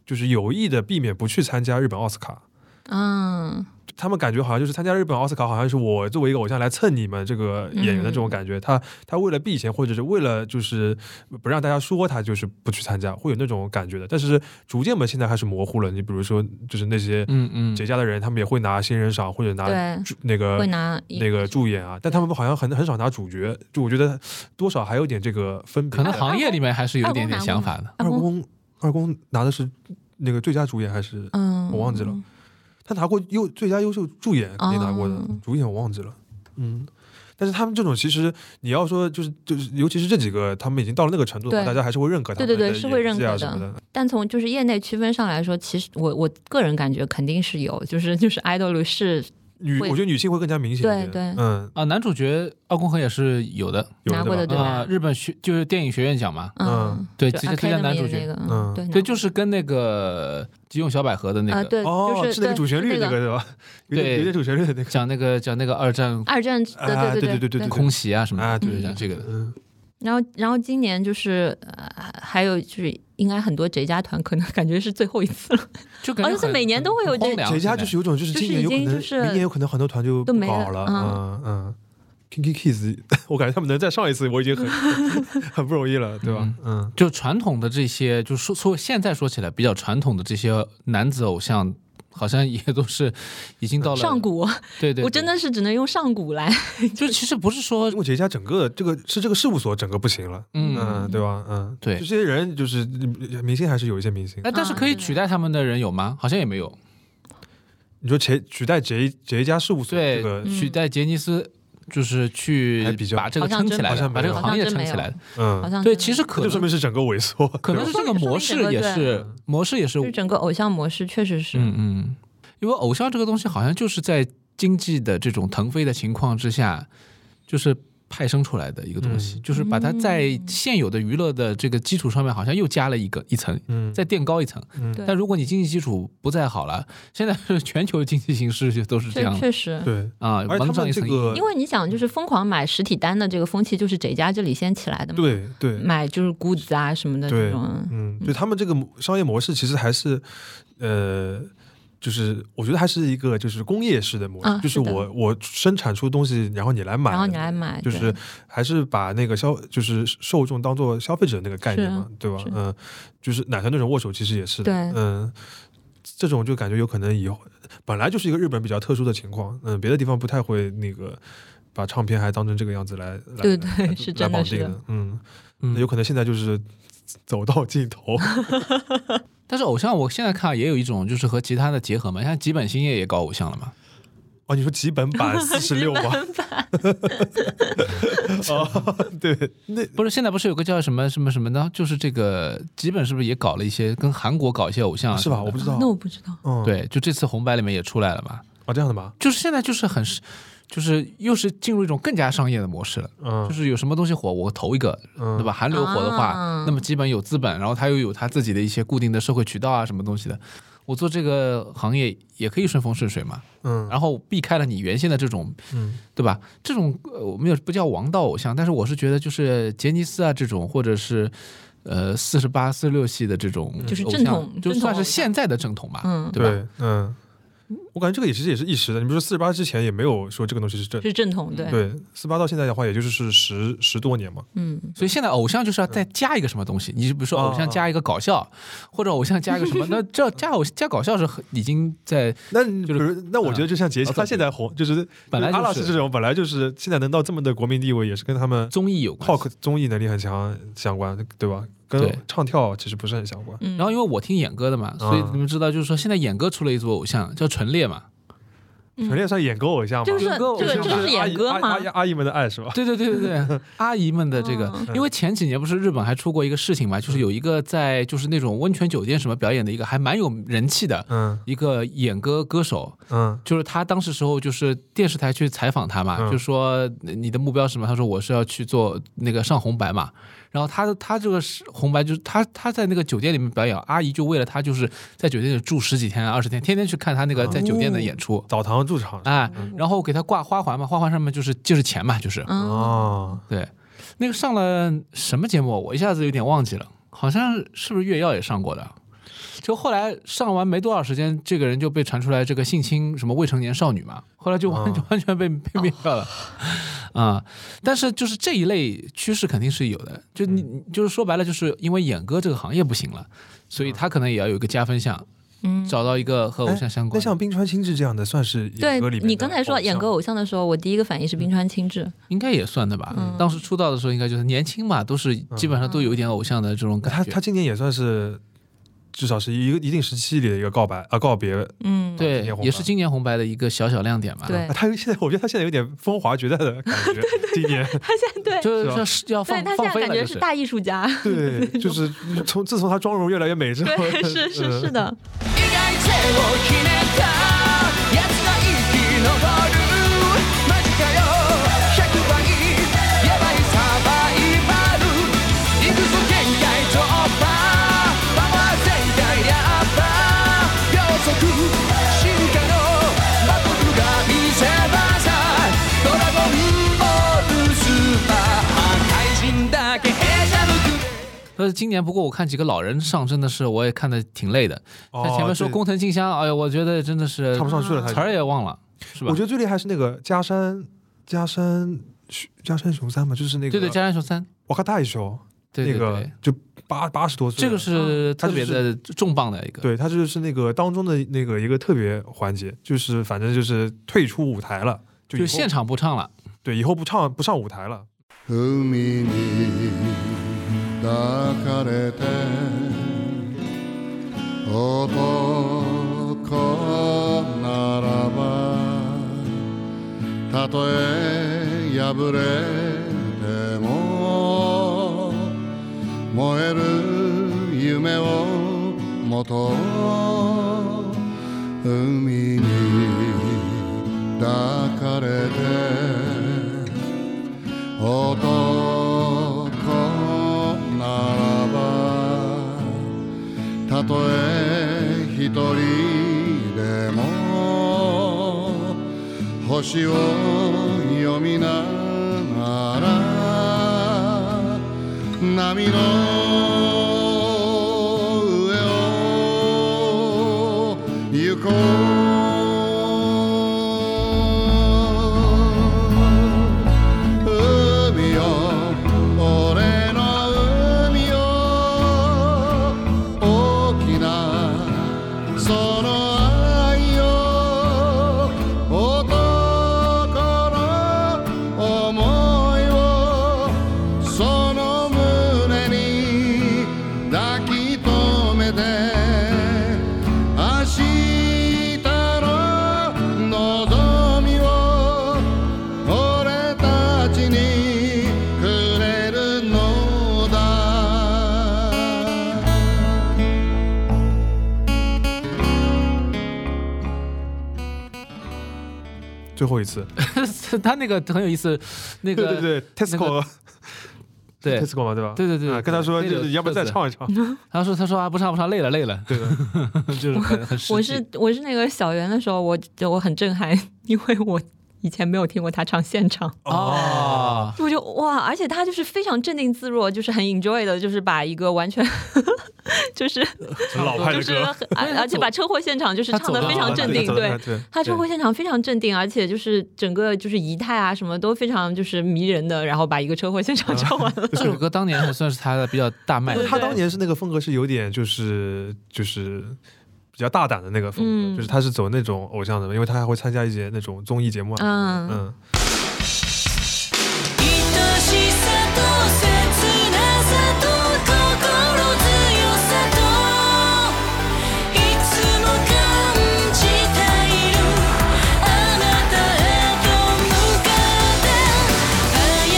就是有意的避免不去参加日本奥斯卡。嗯，他们感觉好像就是参加日本奥斯卡，好像是我作为一个偶像来蹭你们这个演员的这种感觉。他他为了避嫌，或者是为了就是不让大家说他，就是不去参加，会有那种感觉的。但是逐渐嘛，现在开始模糊了。你比如说，就是那些嗯嗯，结痂的人，他们也会拿新人赏或者拿对助那个会拿啊呃嗯那个助演啊，但他们好像很很少拿主角，就我觉得多少还有点这个分别。可能行业里面还是有一点二点宫想法的。二二宫，宫二宫拿的是那个最佳主演还是？嗯，我忘记了，他拿过优最佳优秀助演哦也拿过的，主演我忘记了。嗯，但是他们这种其实你要说就是就是，尤其是这几个，他们已经到了那个程度的话，对大家还是会认可他们的对对对是会认可的演技啊什么的。但从就是业内区分上来说，其实我我个人感觉肯定是有，就是就是 idol 是女，会我觉得女性会更加明显一点。对对嗯，啊，男主角二宫和也是有的有拿过的的对吧？吧啊，日本学就是电影学院奖嘛，嗯嗯，对，就最佳最佳 Academy 男主的那角，个，嗯嗯，对，对，就是跟那个吉永小百合的啊那个，对，哦，就是那个对主旋律是那那个对吧？有点对有点主旋律的那个。讲那个讲那个二战二战，啊对对对对对空袭啊什么啊的，对就是对讲这个的。嗯，然后，然后今年就是、呃、还有就是，应该很多贼家团可能 感觉是最后一次了，就感觉而且很哦每年都会有很荒这凉谁家现就在是有种就是就是今年有可已经能，就是明年有可能很多团就都不没搞了了。嗯嗯嗯，Kinky Kids，我 感觉他们能再上一次，我已经很 很不容易了，对吧？嗯就传统的这些，就说说现在说起来比较传统的这些男子偶像，好像也都是已经到了上，古，对对对我真的是只能用上古来，就其实不是说因为杰家整个这个是这个事务所整个不行了，嗯。嗯，对吧？嗯，对这些人就是明星还是有一些明星哎，，但是啊可以对取代他们的人有吗？好像也没有。你说谁取代杰杰家事务所对嗯这，个，取代杰尼斯就是去还比较把这个嗯好像撑起真来好的，像把这个没有行业好像撑真起没来的。好嗯，像对，真的其实可这就说能明是整个萎缩，可能是这个模说式明整也个是模式也是就是整个偶像模式确实是，嗯嗯，因为偶像这个东西好像就是在经济的这种腾飞的情况之下，就是派生出来的一个东西，嗯就是把它在现有的娱乐的这个基础上面，好像又加了一个一层， 嗯，再垫高一层。嗯对但如果你经济基础不再好了，现在是 全球经济形势就都是这确样的确实。对，啊，而且蒙他上们一这层。个因为你想，就是疯狂买实体单的这个风气，就是贼家这里先起来的嘛，对对，买就是goods 啊什么的对这种，嗯，就他们这个模商业模式其实还是，呃，就是我觉得还是一个就是工业式的模式，啊就是是的我我生产出东西，然后你来买，然后你来买，就对是还是把那个消就是受众当做消费者那个概念嘛，对吧是？嗯，就是奶茶那种握手其实也是的，对嗯，这种就感觉有可能以后本来就是一个日本比较特殊的情况，嗯，别的地方不太会那个。把唱片还当成这个样子来，来对对来是来真的绑是定的的，嗯，嗯那有可能现在就是走到尽 头，但是偶像，我现在看也有一种就是和其他的结合嘛，像吉本兴业也搞偶像了嘛。哦，你说几本版四十六 吗？哦，对，那不是，现在不是有个叫什么什么什么的，就是这个吉本是不是也搞了一些跟韩国搞一些偶像啊是什么吧？的我不知道 啊，那我不知道，嗯，，对，就这次红白里面也出来了嘛，哦，这样的吗？就是现在就是很是，就是又是进入一种更加商业的模式了，嗯，就是有什么东西火我投一个，嗯对吧？韩流火的话，啊那么基本有资本，然后他又有他自己的一些固定的社会渠道啊，什么东西的。我做这个行业也可以顺风顺水嘛，嗯，然后避开了你原先的这种，嗯，对吧？这种呃，我没有不叫王道偶像，但是我是觉得就是杰尼斯啊这种，或者是呃四十八、四十六系的这种偶像，就是正统就算正统偶是像现在的正统吧，嗯对吧？嗯，我感觉这个也其实也是一时的。你比如说四十八之前也没有说这个东西是正，是正统，对，对，四十八到现在的话，也就是是十十多年嘛。嗯，所以现在偶像就是要再加一个什么东西，你就比如说偶像加一个搞笑，或者偶像加一个什么，那这加偶加搞笑是很已经在那就是比如那我觉得就像杰西，啊他现在红，就是本来就阿拉是斯这种，本来就是现在能到这么的国民地位，也是跟他们综艺嗯有关系。 talk 综艺能力很强相关，对吧？对跟唱跳其实不是很相关。嗯然后因为我听演歌的嘛，所以你们知道，就是说现在演歌出了一组偶像叫陈列嘛，陈列算演歌偶像吗？嗯就是这歌偶个像这吧是演歌阿吗姨？阿姨们的爱是 吧？对对对对对，阿姨们的这个，因为前几年不是日本还出过一个事情嘛，就是有一个在就是那种温泉酒店什么表演的一个还蛮有人气的嗯一个演歌歌手，嗯就是他当时时候就是电视台去采访他嘛，嗯就说呃你的目标是什么？他说我是要去做那个上红白嘛。然后他他这个是红白就是他他在那个酒店里面表演，阿姨就为了他就是在酒店里住十几天二十天，天天去看他那个在酒店的演出。澡堂驻场哎，然后给他挂花环嘛，花环上面就是就是钱嘛，就是嗯，哦，对，那个上了什么节目，我一下子有点忘记了，好像是不是月曜也上过的？就后来上完没多少时间，这个人就被传出来这个性侵什么未成年少女嘛，后来就完哦就 完全被被灭掉了， 啊、但是就是这一类趋势肯定是有的，就你嗯你就是说白了，就是因为演歌这个行业不行了，所以他可能也要有一个加分项，嗯，找到一个和偶像相哎那关的。像冰川清志这样的，算是对演歌里面的你刚才说偶像演歌偶像的时候，我第一个反应是冰川清志。应该也算的吧。嗯当时出道的时候，应该就是年轻嘛，都是基本上都有一点偶像的这种那感嗯他觉。他今年也算是至少是一个一定时期里的一个告白啊告别。嗯，对今年红，白也是今年红白的一个小小亮点吧。对啊他现在我觉得他现在有点风华绝代的感 觉，今年他现在对，就是要是要对放他现放在飞感了，觉就是大艺术 家。对， 就是从自从他妆容越来越美之后， 嗯对，是嗯是是的，意外性を秘めたやつが生き残るマジかよ100倍ヤバいサバイバルいくぞ限界突破パワー全開やっぱ秒速進化の魔国が見せ場さドラゴンボールスーパー怪人だけへしゃぶくれ但是今年不过我看几个老人上，真的是我也看的挺累的。哦像前面说对工藤静香，哎呀，我觉得真的是唱不上去了。他已词经儿也忘了，是吧？我觉得最厉害是那个加山加山加山雄三嘛，就是那个对对，加山雄三，我看大一雄对对那个对，就八八十多岁了，这个是他特就别是的重磅的一个。对他就是那个当中的那个一个特别环节，就是反正就是退出舞台了，就以就后现场不唱了， 对以后不唱不上舞台了。海に抱かれて男ならばたとえ破れても燃える夢をもと海に抱かれて男ならばたとえ一人でも星を読みながら波の上を行こう海よ俺の海よ大きなその愛を男の思いをその胸に抱き留めて明日の望みを俺たちにくれるのだ最后一次，他那个很有意思，那对个对对，Tesco 对 Tesco 嘛，对吧？对对对对啊跟他说那就个是要不再特色唱一唱， 他说：“他说啊，不唱不唱，累了累了，对的。就是很 很实际我是我是那个小圆的时候，我我很震撼，因为我以前没有听过他唱 现场， 哦，我就哇，而且他就是非常镇定自若，就是很 enjoy 的，就是把一个完全 就是很老派就的是歌，很而 而且把车祸现场就是他唱走的得非非常常镇好定，走得对很。对。他车祸现场非常镇定，而且就是整个就是仪态啊什么都非常就是迷人的，然后把一个车祸现啊场 唱完 了。这首歌当年还算是他的比较大卖因的为。他当年是那个风格是有点就是就是比较大胆的那个风格，嗯就是他是走那种偶像的，因为他还会参加一些那种综艺节目啊，嗯嗯，愛しさと切なさと心強さといつも感じているあなたへと向かって過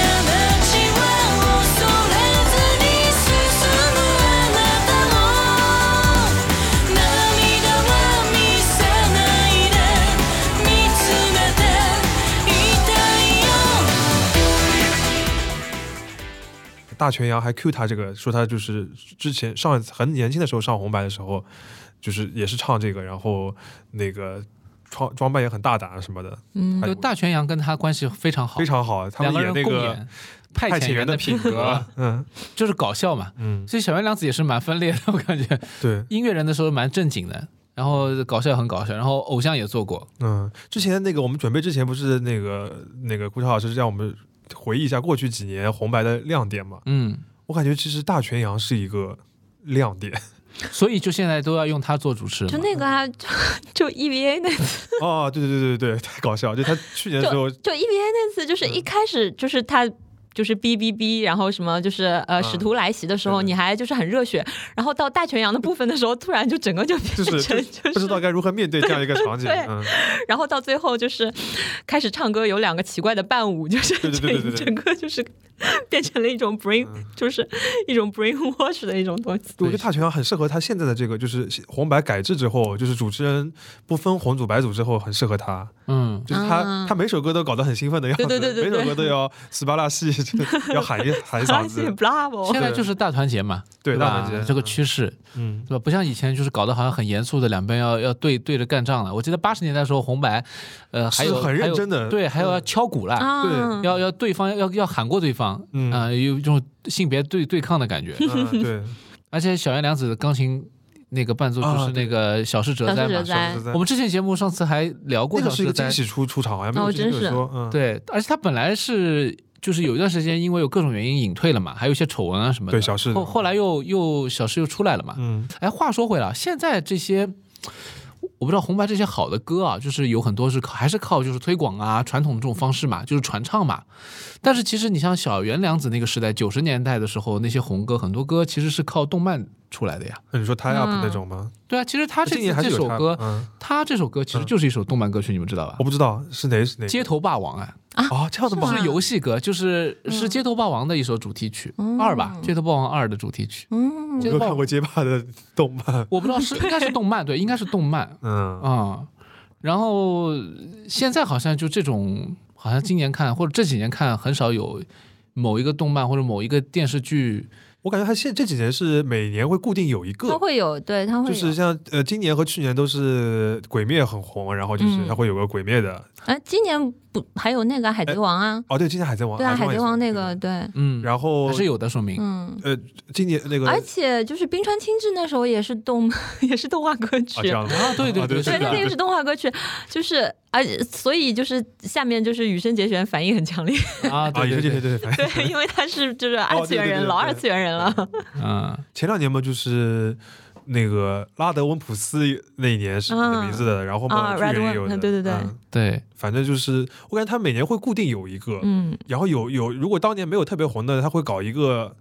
ちは恐れずに進むあなたを涙は見せないで見つめていたいよ大泉洋还 cue 他这个，说他就是之前上一次很年轻的时候上红白的时候，就是也是唱这个，然后那个装装扮也很大胆什么的，嗯哎就大泉洋跟他关系非常好，非常好。啊他两们个人演那共个演派遣员的品 格，，嗯就是搞笑嘛。嗯，所以小原良子也是蛮分裂的，我感觉对，音乐人的时候蛮正经的，然后搞笑也很搞笑，然后偶像也做过，嗯，之前那个我们准备之前不是那个那个顾超老师让我们回忆一下过去几年红白的亮点嘛？嗯，我感觉其实大泉洋是一个亮点 所以就现在都要用他做主持就人嘛。那个啊，就就 EVA 那次，哦，对对对对对，太搞笑了！就他去年的时候，就 EVA 那次，嗯就是一开始就是他。就是哔哔哔，然后什么就是呃嗯使徒来袭的时候，对对你还就是很热血，然后到大泉洋的部分的时候，突然就整个就变就成是就是不知道该如何面对这样一个场景，对嗯，然后到最后就是开始唱歌，有两个奇怪的伴舞，就是对对对对对对整整个就是变成了一种 brain，、嗯就是一种 brainwash 的一种东西。对我觉得大泉洋很适合他现在的这个，就是红白改制之后，就是主持人不分红组白组之后，很适合他。嗯，就是他、啊他每首歌都搞得很兴奋的样子，对对对对对每首歌都要斯巴拉西， 就是要喊一喊一嗓 子， ，bravo！现在就是大团结嘛，哦对大吧团？结这个嗯趋势，嗯，对吧？不像以前就是搞得好像很严肃的，两边要要对对着干仗了。我记得八十年代的时候，红白，呃，还是有很认真的嗯还有对，还有要敲鼓啦，啊，要要对方要要喊过对方，嗯啊、有一种性别对对抗的感觉。嗯 对，而且小原良子的钢琴那个伴奏就啊是那个小室哲小哉室哲嘛。哉在手指在我们之前节目上次还聊过那小个是室哲一个哉惊，喜出出场，好像没哦有之前真有是说，嗯，对，而且他本来是。就是有一段时间，因为有各种原因隐退了嘛，还有一些丑闻啊什么的。对小室后后来又又小室又出来了嘛。嗯哎，话说回来，现在这些。我不知道红白这些好的歌啊，就是有很多是靠还是靠就是推广啊传统这种方式嘛，就是传唱嘛。但是其实你像小原良子那个时代，九十年代的时候，那些红歌很多歌其实是靠动漫出来的呀。哦那你说 tie up 嗯那种吗？对啊，其实他这今年还这是有首 tie up，歌，嗯，他这首歌其实嗯就是一首动漫歌曲，你们知道吧我？不知道是哪是哪街头霸王啊，啊这样的吗？是是游戏歌，就是是街头霸王的一首主题曲嗯二吧，街头霸王二的主题曲。嗯，街我没头霸有看王过街霸的动漫，我不知道 是应该是动漫，对，应该是动漫。 嗯啊、然后现在好像就这种，好像今年看或者这几年看很少有某一个动漫或者某一个电视剧，我感觉他现这几年是每年会固定有一个，他会有，对他会就有，是像呃，今年和去年都是《鬼灭》很红，然后就是嗯它会有个《鬼灭》的、哎，今年不还有那个海贼王啊？哦，对，今年《海贼王》对啊，海贼也是王那个，对，嗯，然后还是有的，说明、嗯。呃，今年那个而且就是冰川清志那时候也是动 也是动画歌曲，啊这样的啊，对对啊对是对，的那个也是动画歌曲， 就是而且所以就是下面就是羽生结弦反应很 强烈，啊，啊，对也是对这对对，些对对，反正对，因为他是就是二次元人，哦对对对老对二次元人了。嗯，前两年嘛就是。那个拉德温普斯那一年是嗯那个名字的，然后嘛、啊巨人 Red 也有 One，的，对对对嗯对，反正就是我感觉他每年会固定有一个，嗯，然后有有如果当年没有特别红的，他会搞一个，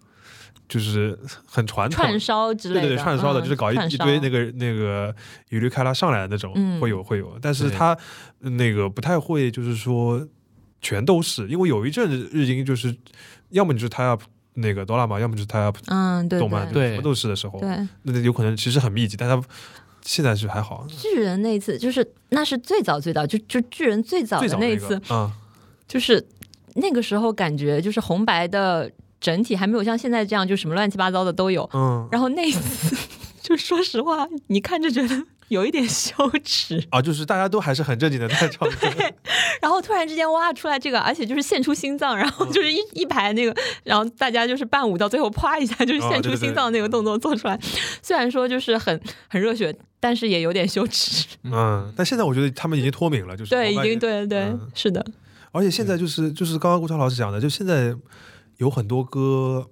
就是很传统串烧之对类的，对对，串烧的，嗯就是搞一串一烧堆那个那个雨绿开拉上来的那种，嗯会有会有，但是对他那个不太会，就是说全都是，因为有一阵子日经就是要么你就是 tie up 那个哆啦 A 要么就是 tie up 嗯，对动漫，哦对就什么都是的时候，对。那那有可能其实很密集，但他现在是还好，巨人那一次就是那是最早最早就就巨人最早最的早那一个次，啊，就是那个时候感觉就是红白的整体还没有像现在这样就什么乱七八糟的都有，嗯然后那一次 就说实话，你看着觉得有一点羞耻。啊，就是大家都还是很正经的在唱 歌，然后突然之间哇出来这个，而且就是献出心脏，然后嗯就是一一排那个，然后大家就是伴舞到最后啪一下就是哦献对出对对心脏那个动作做出来，虽然说就是很很热血，但是也有点羞耻。嗯，但现在我觉得他们已经脱敏了，就是对，已我感经觉对对嗯是的，而且现在就是就是刚刚顾超老师讲的，就现在有很多歌，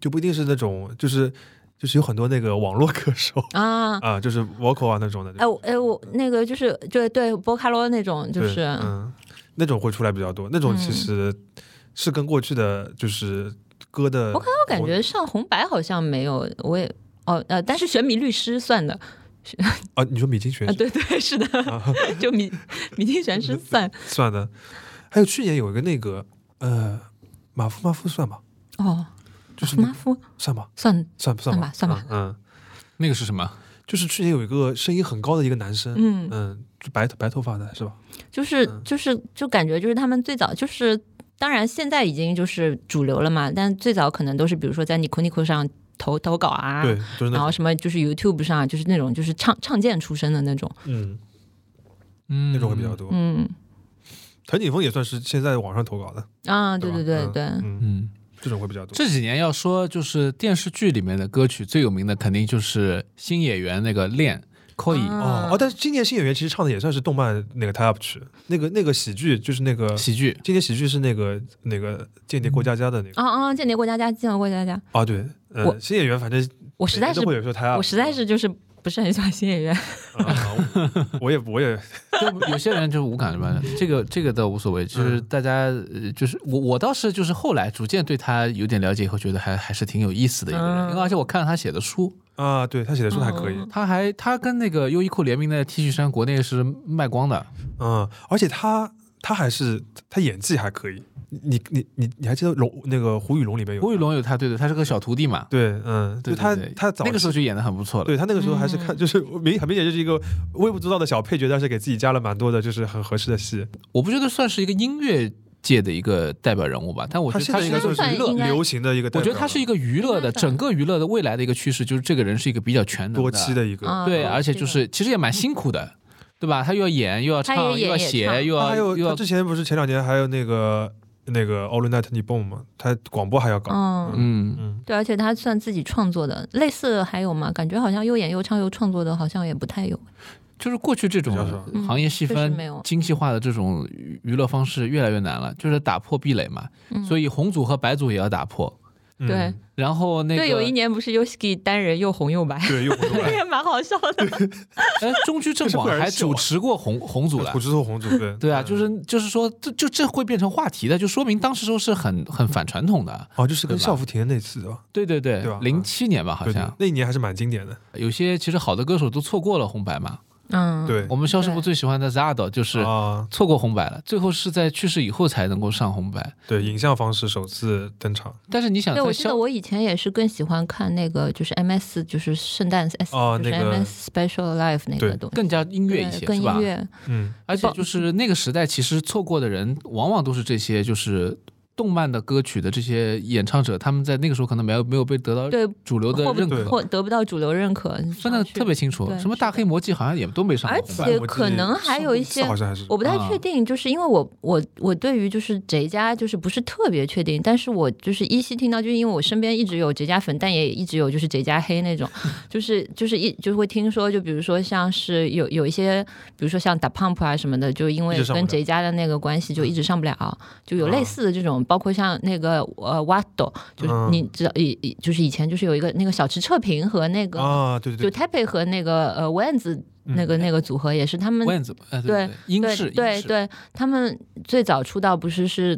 就不一定是那种就是就是有很多那个网络歌手啊。啊，就是 vocal 啊那种的，哎我哎我那个就是对对波卡罗那种就对是嗯嗯那种会出来比较多，那种其实是跟过去的就是歌的，我我感觉上红白好像没有，我也哦呃，但是选米律师算的啊，你说米津玄啊，师对对 是的，就米米津玄师算 算的，还有去年有一个那个呃马夫马夫算吧，哦，就是马夫算吧算算不算吧算吧算吧，嗯，嗯那个是什么？就是去年有一个声音很高的一个男生，嗯嗯，就白白头发的是吧？就是嗯就是就感觉就是他们最早就是，当然现在已经就是主流了嘛，但最早可能都是比如说在 Niku Niku 上投投稿啊，对，就是那然后种啊什么就是 YouTube 上就是那种就是唱唱见出身的那种，嗯。嗯那种会比较。多。嗯谭景峰也算是现在网上投稿的，啊，对吧对对对，嗯，嗯嗯，这种会比较多。这几年要说就是电视剧里面的歌曲最有名的，肯定就是新演员那个恋啊 Koi 嗯哦哦，但是今年新演员其实唱的也算是动漫那个 tie up 曲，那个那个喜剧就是那个喜剧。今年喜剧是那个那个间谍过家家的那个啊啊，间谍过家家，间谍过家家，啊，对，呃，嗯我新演员反正我实在每是年都会有说 tie up，嗯我实在是就是不是很喜欢新演员，啊， 我我也我也就有些人就是无感是吧？这个这个倒无所谓，就是嗯大家呃就是我我倒是就是后来逐渐对他有点了解以后，觉得还还是挺有意思的一个人，嗯因为而且我看了他写的书，啊，对他写的书还可以，嗯他还他跟那个优衣库联名的 T 恤衫国内是卖光的，嗯，而且他他还是他演技还可以，你你你你还记得龙那个胡宇龙里面有吴宇龙有他对的，他是个小徒弟嘛，对，嗯，对就他对对他早那个时候期就演的很不错了。对他那个时候还是嗯看， 就是明很明显就是一个微不足道的小配角，但是给自己加了蛮多的，就是很合适的戏。我不觉得算是一个音乐界的一个代表人物吧，但我觉他得现他在是一应个就该是算算是是娱乐应该流行的一个代我表了，觉得他是一个娱乐的整个娱乐的未来的一个趋势，就是这个人是一个比较全能多期的一个，啊对，嗯而且这就个是其实也蛮辛苦的，对吧？他又要演，又要他唱，又也演要也唱写，又他要啊还有啊又他要之前不是前两年还有那个那个 All Night n i p p o n 嘛，他广播还要搞，嗯。嗯，嗯，对，而且他算自己创作的，类似还有吗？感觉好像又演又唱又创作的，好像也不太有。就是过去这种比较少行业细嗯确分实没有、精细化的这种娱娱乐方式越来越难了，就是打破壁垒嘛。所以红组和白组也要打破，嗯嗯对然后那个对，有一年不是 Yoshiki 单人又 红又白，对，又回过来，也蛮好笑的。哎，中居 正广还主持过红红组了土。之后红组对对啊，就是就是说，这就这会变成话题的，就说明当时都是很很反传统的。哦，就是跟对吧校服田那次的吧，对对对对吧，零七年吧，好对对像，那一年还是蛮经典的，有些其实好的歌手都错过了红白嘛。 嗯，对我，们肖师傅对最喜欢的 Zado 就是啊，错过红白了，最后是在去世以后才能够上红白。对，影像方式首次登场，但是你想，对，在我记得肖我以前也是更喜欢看那个，就是 MS，就是圣诞 S，、哦就是那个 MS Special Life 那对个东西，更加音乐一对些更是吧音？乐，嗯，而且就是那个时代，其实错过的人往往都是这些，就是。动漫的歌曲的这些演唱者，他们在那个时候可能没有没有被得到对，主流的获不认可，获得不到主流认可，分的特别清楚对。什么大黑魔记好像也都没上而过红白。且可能还有一些好像还是我不太确定，就是因为我我我对于就是谁家就是不是特别确定，但是我就是依稀听到，就是因为我身边一直有谁家粉，但也一直有就是谁家 黑那种，就是就是一就是会听说，就比如说像是有有一些，比如说像打 pump 啊什么的，就因一为直上不了嗯啊跟谁家的那个关系就一直上不了，就有类似的这种，包括像那个呃 Watto，就是嗯你知道以以就是以前就是有一个那个小池彻平和那个、啊，对对对，就嗯哎 Taipei 和那个呃 w e n z 那个那个组合也是他们万子，呃对对，英对式英对式对，他们最早出道不是是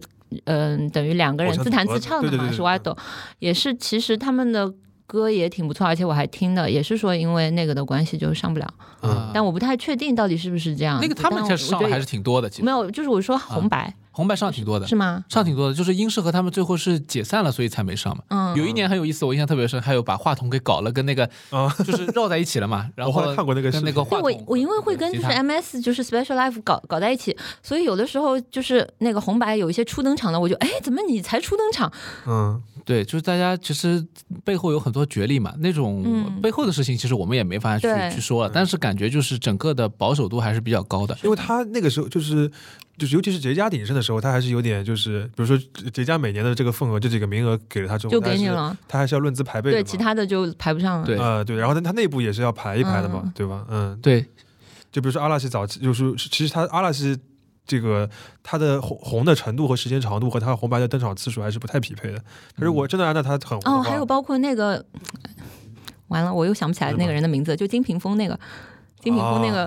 嗯、等于两个偶人像自组弹合自唱对的对嘛，对是对挖嗯斗，也是其实他们的。歌也挺不错，而且我还听的，也是说因为那个的关系就上不了，嗯但我不太确定到底是不是这样子。啊那个他们但其实我上我觉的得还是啊挺多的，其实没有，就是我说红白、红白上挺多的是，吗？上挺多的，就是英式和他们最后是解散了，所以才没上嘛。嗯，有一年很有意思，我印象特别深，还有把话筒给搞了，跟那 个啊就是绕在一起了 嘛。然我后来后看过那个视跟那频个话对，筒，我我因为会跟就吉是他 MS 就是 Special Life 搞搞在一起，所以有的时候就是那个红白有一些初登场的，我就哎怎么你才初登场？嗯，对，就是大家其实背后有很多角力嘛，那种嗯背后的事情其实我们也没法去对去说了，但是感觉就是整个的保守度还是比较高的。嗯因为他那个时候就是。就是，尤其是杰家鼎盛的时候，他还是有点就是，比如说杰家每年的这个份额，这几个名额给了他之后，就他还给你是，了，他还是要论资排辈的对，嘛。其他的就排不上了。对呃，对，然后呢，它内部也是要排一排的嘛，嗯对吧？嗯，对，就比如说阿拉西早期，就是其实它阿拉西这个它的红红的程度和时间长度和它红白的登场次数还是不太匹配的。它如果真的按照它很红的话，哦，还有包括那个，完了我又想不起来那个人的名字，就金屏风那个，金屏风那个，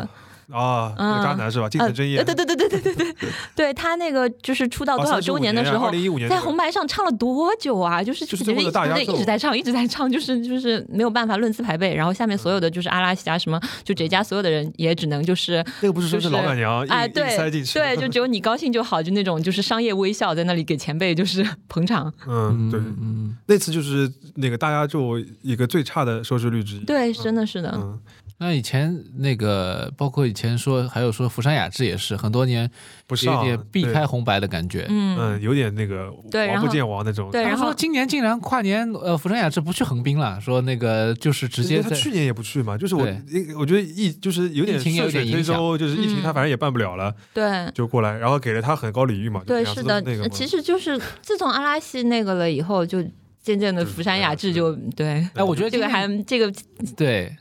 啊，那个嗯渣男是吧？金呃城真也对对对对对对对对，对他那个就是出道多少周年的时候二。零一五年在红白上唱了多久啊？就是就是感最后的觉一大压直轴一直在唱，一直在唱，就是就是没有办法论资排辈。然后下面所有的就是阿拉西加什么，就谁家所有的人也只能就是那个不是说是就是老板娘硬哎，硬塞对进去，对，就只有你高兴就好，就那种就是商业微笑在那里给前辈就是捧场。嗯对，嗯，那次就是那个大压轴一个最差的收视率之一，对，真的是的，嗯，那以前那个，包括以前说，还有说福山雅治也是很多年不有上点避对开红白的感觉。嗯，嗯，有点那个对然王后不见王那种。对他然们说后今年竟然跨年，呃，福山雅治不去横滨了，说那个就是直接他在去年也不去嘛，就是我对，我觉得疫就是有点疫情有顺水点推影响舟，就是疫嗯情他反正也办不了了，对。就过来，然后给了他很高礼遇嘛。就对，两是次都的呃那个，嘛其实就是自从阿拉西那个了以后，就渐渐的就是福山雅治就对哎，我觉得这今个年还这个对，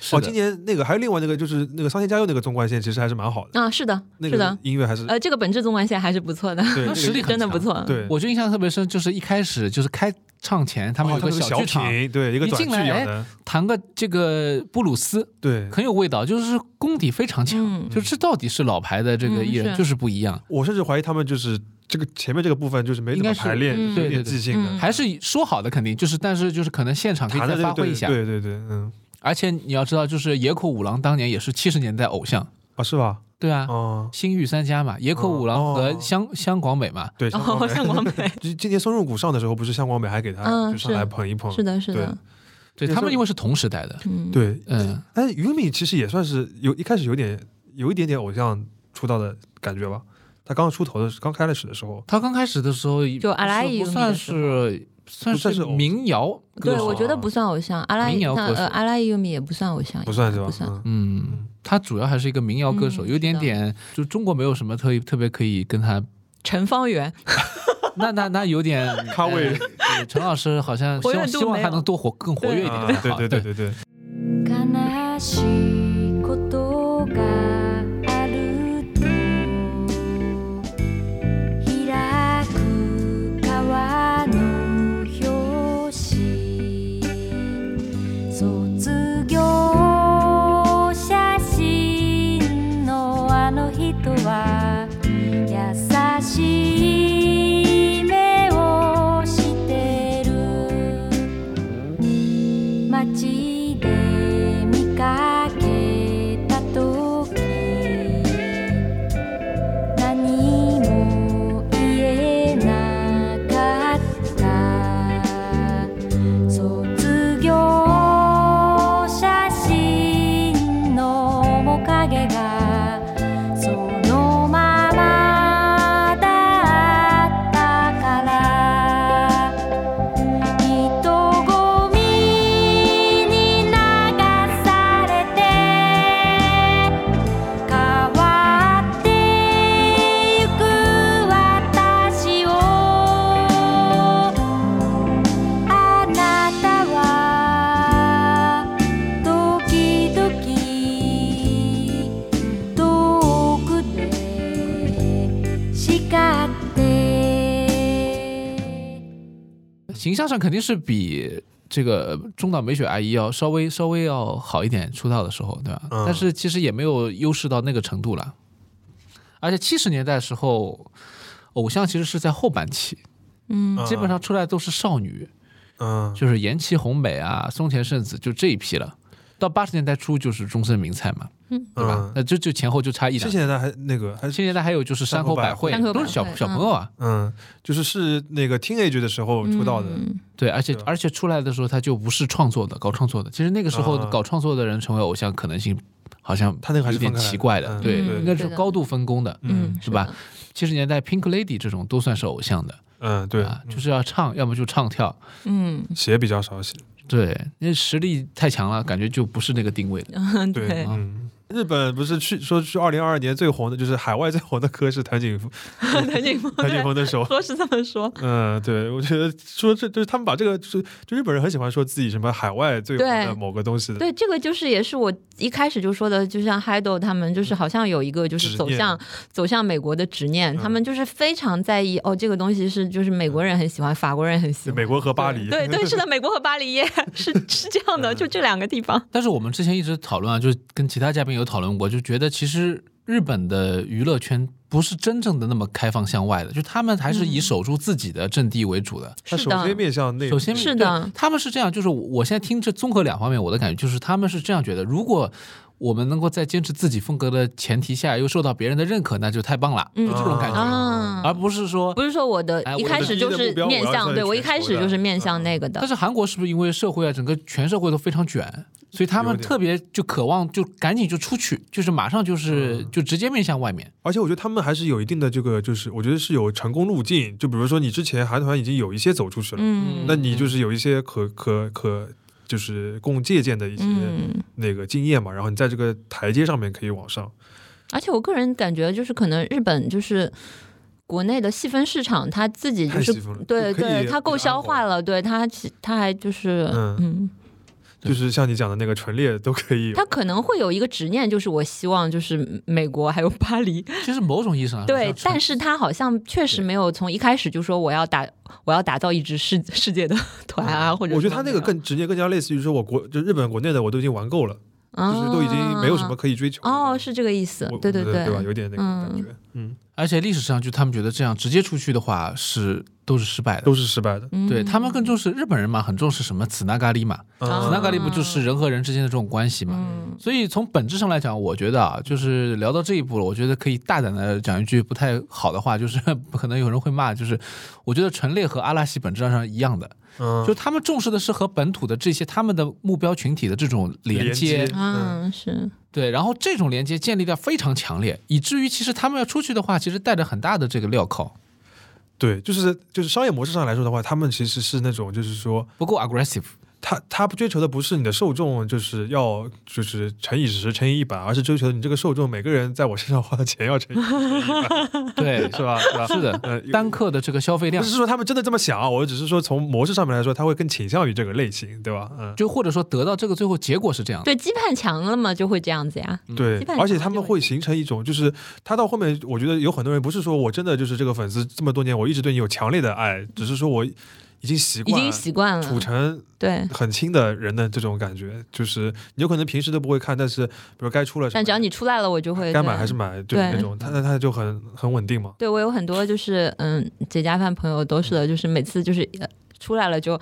是哦，的今年那个还有另外那个就是那个桑田佳佑那个纵贯线，其实还是蛮好的，啊，是的，那是个的，音乐还是呃，这个本质纵贯线还是不错的，对那个实力很真的强不错。对，我就印象特别深，就是一开始就是开唱前，他们哦有他个们有个小剧场，品，对，一个一短进剧来演哎的，弹个这个布鲁斯，对。很有味道，就是功底非常强。嗯，就这到底是老牌的这个艺嗯人，是就是不一样，我甚至怀疑他们就是这个前面这个部分就是没怎应么该是排练，嗯有点对对对即兴的嗯，还是说好的肯定就是，但是就是可能现场可以弹的再这个发挥对一下。对对对，嗯，而且你要知道，就是野口五郎当年也是七十年代偶像，啊是吧？对啊，哦，新玉三家嘛，野口五郎和香香广美嘛，对，哦，香向港广美。美， 就今年松润谷上的时候，不是香港美还给他嗯就上来捧一捧，是的，是的，对他们因为是同时代的，嗯，对，哎嗯，但是俞敏其实也算是有一开始有点有一点点偶像出道的感觉吧。他刚出头的时刚开始的时哎候，他刚开始的时候就阿拉伊不那算个时是算不算是是偶像民谣歌对，手，我觉得不算偶像，阿拉民谣那歌手呃阿拉伊尤米也不算偶像，不算是吧？不算 嗯嗯，他主要还是一个民谣歌手，嗯有点是的点就中国没有什么特特别可以跟他， 陈方圆，那那那有点咖位 呃对陈老师好像希活跃望度希望没他有能多活更活跃一点才啊好，对对对对对，悲しいことがあると開く川の表紙卒業写真のあの人は優しい目をしてる街で見かけた時何も言えなかった卒業写真の面影がそのままだったから人混みに流されて変わってゆく私をあなたは時々遠くで叱って形象上肯定是比这个中岛美雪阿姨要稍微稍微要好一点，出道的时候，对吧？嗯但是其实也没有优势到那个程度了。而且七十年代的时候，偶像其实是在后半期，嗯，啊基本上出来都是少女，嗯，就是岩崎宏美啊、松田圣子就这一批了。到八十年代初就是终身名菜嘛，嗯对吧？那就就前后就差一嗯之两。前他还那个还七十年代还有就是山口百惠，山口百都惠是小嗯小朋友啊，嗯，就是是那个 teenage 的时候哦出道的，嗯对，而且对吧而且出来的时候他就不是创作的，搞创作的。其实那个时候啊搞创作的人成为偶像可能性好像他那个还有是点分开来奇怪的，嗯对，嗯应该是对的高度分工的。嗯，是吧？七十年代 Pink Lady 这种都算是偶像的嗯，对，啊，就是要唱，要么就唱跳。 嗯鞋比较少写，对，那实力太强了，感觉就不是那个定位的。嗯，对，对， 嗯。啊日本不是去说去二零二二年最红的，就是海外最红的歌是谭景谭 景峰，谭景峰的手，说是这么说，嗯，对，我觉得说这就是他们把这个，就就日本人很喜欢说自己什么海外最红的对某个东西的，对，这个就是也是我一开始就说的，就像 Hido 他们，就是好像有一个就嗯执是走念嗯向走向美国的执念，他们就是非常在意哦，这个东西是就是美国人很喜欢，法国人很喜就欢，嗯美国嗯和巴黎，对对是的，美国和巴 黎耶，是是这样的，就这两个地方。但是我们之前一直讨论啊，就是跟其他嘉宾有讨论过，就觉得其实日本的娱乐圈不是真正的那么开放向外的，就他们还是嗯以守住自己的阵地为主的。他是首的先面向内，首先是的对他们是这样，就是我我现在听这综合两方面，我的感觉就是他们是这样觉得：如果我们能够在坚持自己风格的前提下，又受到别人的认可，那就太棒了，嗯就这种感觉，嗯啊，而不是说不。是说我的哎一我开的始第一就的是目标面我要向，算对我一全开球始的嗯就是面向那个但的，是韩国是不是因为社会啊，整个全社会都非常卷，所以他有们点特别就渴望就赶紧就出去，就是马上就是嗯就直接面向外面。而且我觉得他们还是有一定的这个，就是我觉得是有成功路径。就比如说你之前韩团已经有一些走出去了，嗯那你就是有一些可可可就是供借鉴的一些嗯，那个经验嘛，然后你在这个台阶上面可以往上。而且我个人感觉就是可能日本就是。国内的细分市场，它自己就太是细分了对可以对，它可够以消安化排了，对它其它还就是嗯嗯，就是像你讲的那个陈列都可以有，它可能会有一个执念，就是我希望就是美国还有巴黎，其实某种意义上来说对像，传但是他好像确实没有从一开始就说我要打我要打造一支世世界的 团啊，或者嗯我觉得什他么那个的更直接，更加类似于说我国就日本国内的我都已经玩够了，就是都已经没有什么可以追求的啊哦，是这个意思我，对对对对吧？有点那个感觉，嗯，而且历史上就他们觉得这样直接出去的话是都是失败的都。是失败的。嗯对他们更重视日本人嘛，很重视什么此那咖喱嘛，嗯此啊那咖喱不就是人和人之间的这种关系嘛？嗯所以从本质上来讲，我觉得啊，就是聊到这一步了，我觉得可以大胆的讲一句不太好的话，就是可能有人会骂，就是我觉得陈列和阿拉西本质上是一样的，嗯，就他们重视的是和本土的这些他们的目标群体的这种连接，连接嗯是对，然后这种连接建立的非常强烈，以至于其实他们要出去的话，其实带着很大的这个镣铐，对，就是就是商业模式上来说的话，他们其实是那种就是说，不够 aggressive。他他不追求的不是你的受众，就是要就是乘以十、乘以一百，而是追求你这个受众每个人在我身上花的钱要乘以一百，对，是吧？是 吧？是的，呃，单客的这个消费不量是，说他们真的这么想啊，我只是说从模式上面来说，他会更倾向于这个类型，对吧？嗯，就或者说得到这个最后结果是这样的。对羁绊强了嘛，就会这样子呀，对基本，上而且他们会形成一种，就是他到后面，我觉得有很多人不是说我真的就是这个粉丝这么多年，我一直对你有强烈的爱，只是说我已经习已惯经习惯处了，成对，很亲的人的这种感觉，就是你有可能平时都不会看，但是比如该出了什么，但只要你出来了，我就会该对买还是买，就是对那种，他那他就很很稳定嘛。对我有很多就是嗯，结家饭朋友都是的，就是每次就是。呃出来了就